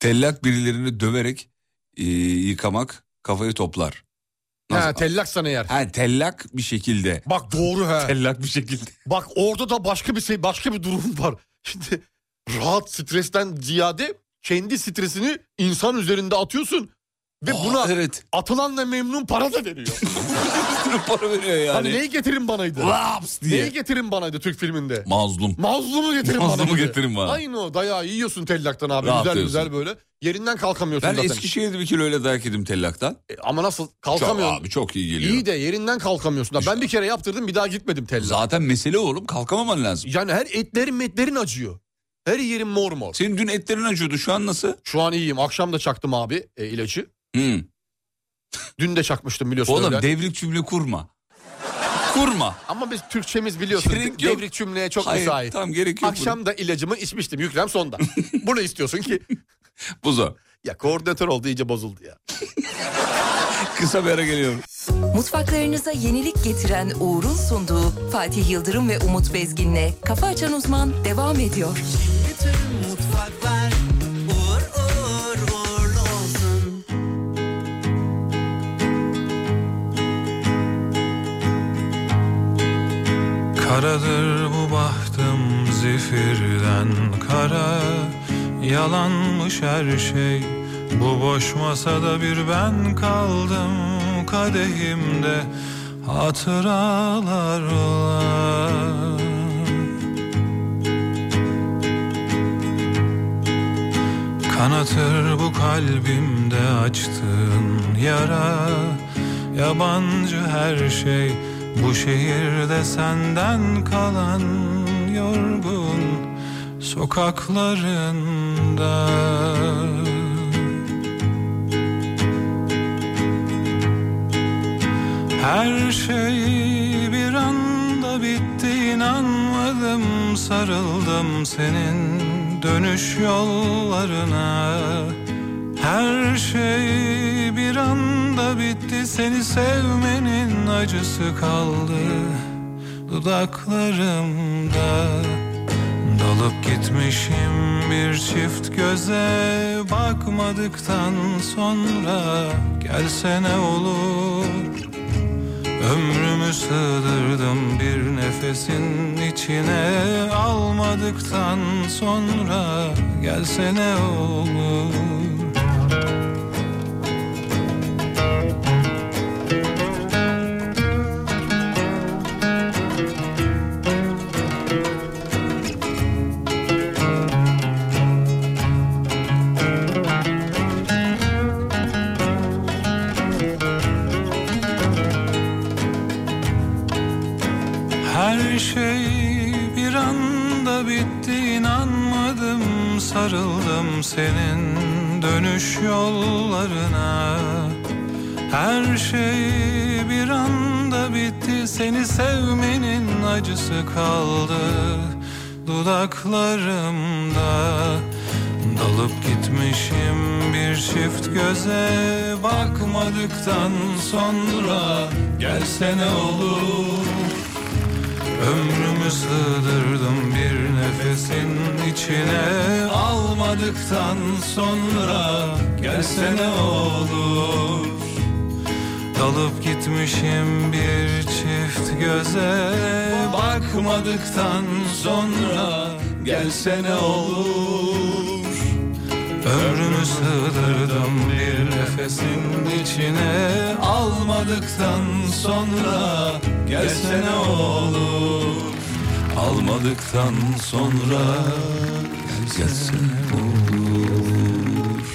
S3: Tellak birilerini döverek e, yıkamak kafayı toplar.
S4: ha, tellaksan eğer.
S3: Ha tellak bir şekilde.
S4: Bak doğru ha.
S3: Tellak bir şekilde.
S4: Bak orada da başka bir şey, başka bir durum var. Şimdi rahat stresten ziyade kendi stresini insan üzerinde atıyorsun ve
S3: Aa,
S4: buna
S3: evet.
S4: atılanla memnun para da veriyor.
S3: Para veriyor yani.
S4: Hani neyi getirin banaydı?
S3: Laps diye.
S4: Neyi getirin banaydı Türk filminde?
S3: Mazlum.
S4: Mazlumu getirin bana.
S3: Mazlumu
S4: dedi.
S3: getirin bana.
S4: Aynı o dayağı yiyorsun tellaktan abi. güzel
S3: Rahatlıyorsun.
S4: güzel böyle. Yerinden kalkamıyorsun
S3: Ben
S4: zaten.
S3: Eskişehir'de bir kilo öyle dayak yedim tellaktan.
S4: E, Ama nasıl
S3: Çok
S4: kalkamıyorsun.
S3: abi çok iyi geliyor.
S4: İyi de yerinden kalkamıyorsun. Ha, Ben bir kere yaptırdım bir daha gitmedim tellak.
S3: Zaten mesele oğlum kalkamaman lazım.
S4: Yani her etlerin metlerin acıyor. Her yerin mor mor.
S3: Senin dün etlerin acıyordu şu an nasıl?
S4: Şu an iyiyim. Akşam da çaktım abi e, ilacı.
S3: Hı.
S4: Dün de çakmıştım biliyorsun.
S3: Oğlum
S4: öğlen.
S3: devrik cümle kurma. Kurma.
S4: Ama biz Türkçemiz biliyorsun.
S3: Gerek yok.
S4: Devrik cümleye çok
S3: Hayır
S4: müsait.
S3: tam gerek yok.
S4: Akşam da ilacımı içmiştim yüklem sonda. Bunu istiyorsun ki.
S3: bunun. Buzo.
S4: Ya koordinatör oldu iyice bozuldu ya.
S3: Kısa bir ara geliyorum.
S8: Mutfaklarınıza yenilik getiren Uğur'un sunduğu Fatih Yıldırım ve Umut Bezgin'le Kafa Açan Uzman devam ediyor.
S9: Bütün mutfaklar uğur uğur uğurlu olsun.
S1: Karadır bu bahtım zifirden kara Yalanmış her şey Bu boş masada bir ben kaldım Kadehimde hatıralar var Kanatır bu kalbimde açtığın yara Yabancı her şey bu şehirde senden kalan yorgun sokaklarında Her şey bir anda bitti inanmadım sarıldım senin dönüş yollarına Her şey bir anda bitti seni sevmenin acısı kaldı dudaklarımda Dalıp gitmişim bir çift göze bakmadıktan sonra gelsene olur Ömrümü sığdırdım bir nefesin içine Almadıktan sonra gelsene olur Her şey bir anda bitti inanmadım sarıldım senin dönüş yollarına Her şey bir anda bitti seni sevmenin acısı kaldı dudaklarımda Dalıp gitmişim bir çift göze bakmadıktan sonra gelsene olur Ömrümü sığdırdım bir nefesin içine Almadıktan sonra gelsene olur Dalıp gitmişim bir çift göze Bakmadıktan sonra gelsene olur Ömrümü sığdırdım bir nefesin içine Almadıktan sonra gelse ne olur Almadıktan sonra gelse ne olur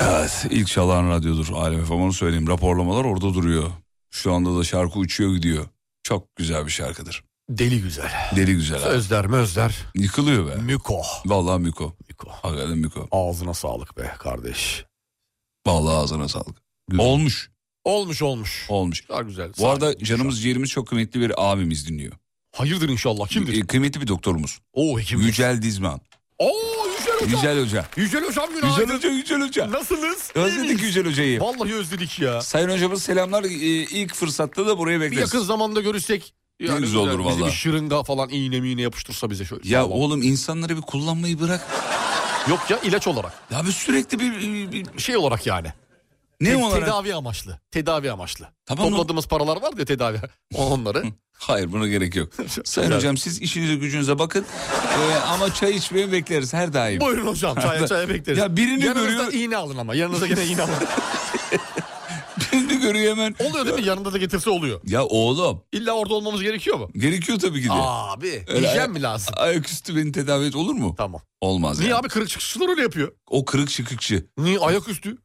S3: Evet ilk çalan radyodur Alem FM onu söyleyeyim. Raporlamalar orada duruyor. Şu anda da şarkı uçuyor gidiyor. Çok güzel bir şarkıdır.
S4: Deli güzel.
S3: Deli güzel abi.
S4: Sözler mözler.
S3: Yıkılıyor be.
S4: Müko.
S3: Vallahi Miko. Miko. Hakikaten Miko.
S4: Ağzına sağlık be kardeş.
S3: Vallahi ağzına sağlık. Olmuş.
S4: Olmuş olmuş.
S3: Olmuş.
S4: Daha güzel.
S3: Bu arada canımız ciğerimiz çok kıymetli bir abimiz dinliyor.
S4: Hayırdır inşallah kimdir?
S3: E, kıymetli bir doktorumuz.
S4: Oo hekimdir.
S3: Yücel Dizman.
S4: Oo Yücel Hocam.
S3: Yücel Hoca.
S4: Yücel Hocam günaydın.
S3: Yücel Hoca, Yücel Hoca.
S4: Nasılsınız? İyi
S3: Özledik
S4: miyiz?
S3: Yücel Hoca'yı.
S4: Vallahi özledik ya.
S3: Sayın hocamız selamlar. E, ilk fırsatta da buraya
S4: Bir
S3: bekleriz.
S4: yakın zamanda görüşsek.
S3: Ne güzel olur
S4: Bizi
S3: vallahi.
S4: bir şırınga falan iğne miğne yapıştırsa bize şöyle.
S3: Ya
S4: Sağ ol.
S3: oğlum insanları bir kullanmayı bırak.
S4: Yok ya ilaç olarak.
S3: Ya bir sürekli bir, bir- bir-
S4: Şey olarak yani.
S3: ne
S4: Te-
S3: olarak?
S4: Tedavi amaçlı. Tedavi amaçlı.
S3: Tamam,
S4: Topladığımız paralar var ya tedavi. Onları.
S3: Hayır buna gerek yok. Sayın
S4: Helal.
S3: hocam siz işinize gücünüze bakın. Ee, ama çay içmeye bekleriz her daim.
S4: Buyurun hocam çaya çaya bekleriz.
S3: Ya birini
S4: Yanınızda
S3: görüyor-
S4: iğne alın ama. Yanınıza gene iğne alın.
S3: Birini görüyor hemen.
S4: oluyor değil mi? Yanında da getirse oluyor.
S3: Ya oğlum
S4: İlla orada olmamız gerekiyor mu?
S3: gerekiyor tabii ki de.
S4: Abi.
S3: Öyle
S4: Hijyen
S3: ay-
S4: mi lazım?
S3: Ayaküstü beni tedavi et olur mu?
S4: Tamam.
S3: Olmaz
S4: Niye
S3: yani.
S4: abi kırık çıkışçılar öyle yapıyor?
S3: O kırık çıkıkçı.
S4: Niye ayaküstü?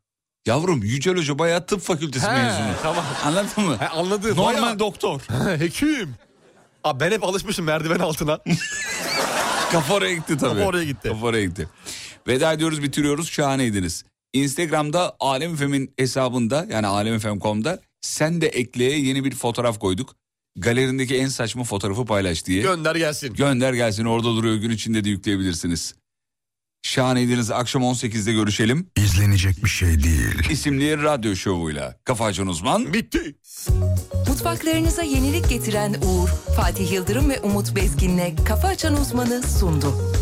S3: Yavrum Yücel Hoca bayağı tıp fakültesi mezunu.
S4: tamam.
S3: Anladın mı?
S4: He, anladım.
S3: Normal
S4: Bayağı-
S3: doktor.
S4: He, Hekim. Abi ben hep alışmışım merdiven altına.
S3: Kafa oraya gitti tabii.
S4: Kafa oraya gitti.
S3: Kafa oraya gitti. Veda ediyoruz bitiriyoruz şahaneydiniz. Instagram'da Alem Efem'in hesabında yani alemfm.com'da sen de ekleye yeni bir fotoğraf koyduk. Galerindeki en saçma fotoğrafı paylaş diye.
S4: Gönder gelsin.
S3: Gönder gelsin orada duruyor gün içinde de yükleyebilirsiniz. Şahaneydiniz akşam 18'de görüşelim.
S14: İzlenecek bir şey değil.
S3: İsimli radyo şovuyla. Kafa Açan Uzman.
S4: Bitti.
S8: Mutfaklarınıza yenilik getiren Uğur, Fatih Yıldırım ve Umut Bezgin'le Kafa Açan Uzman'ı sundu.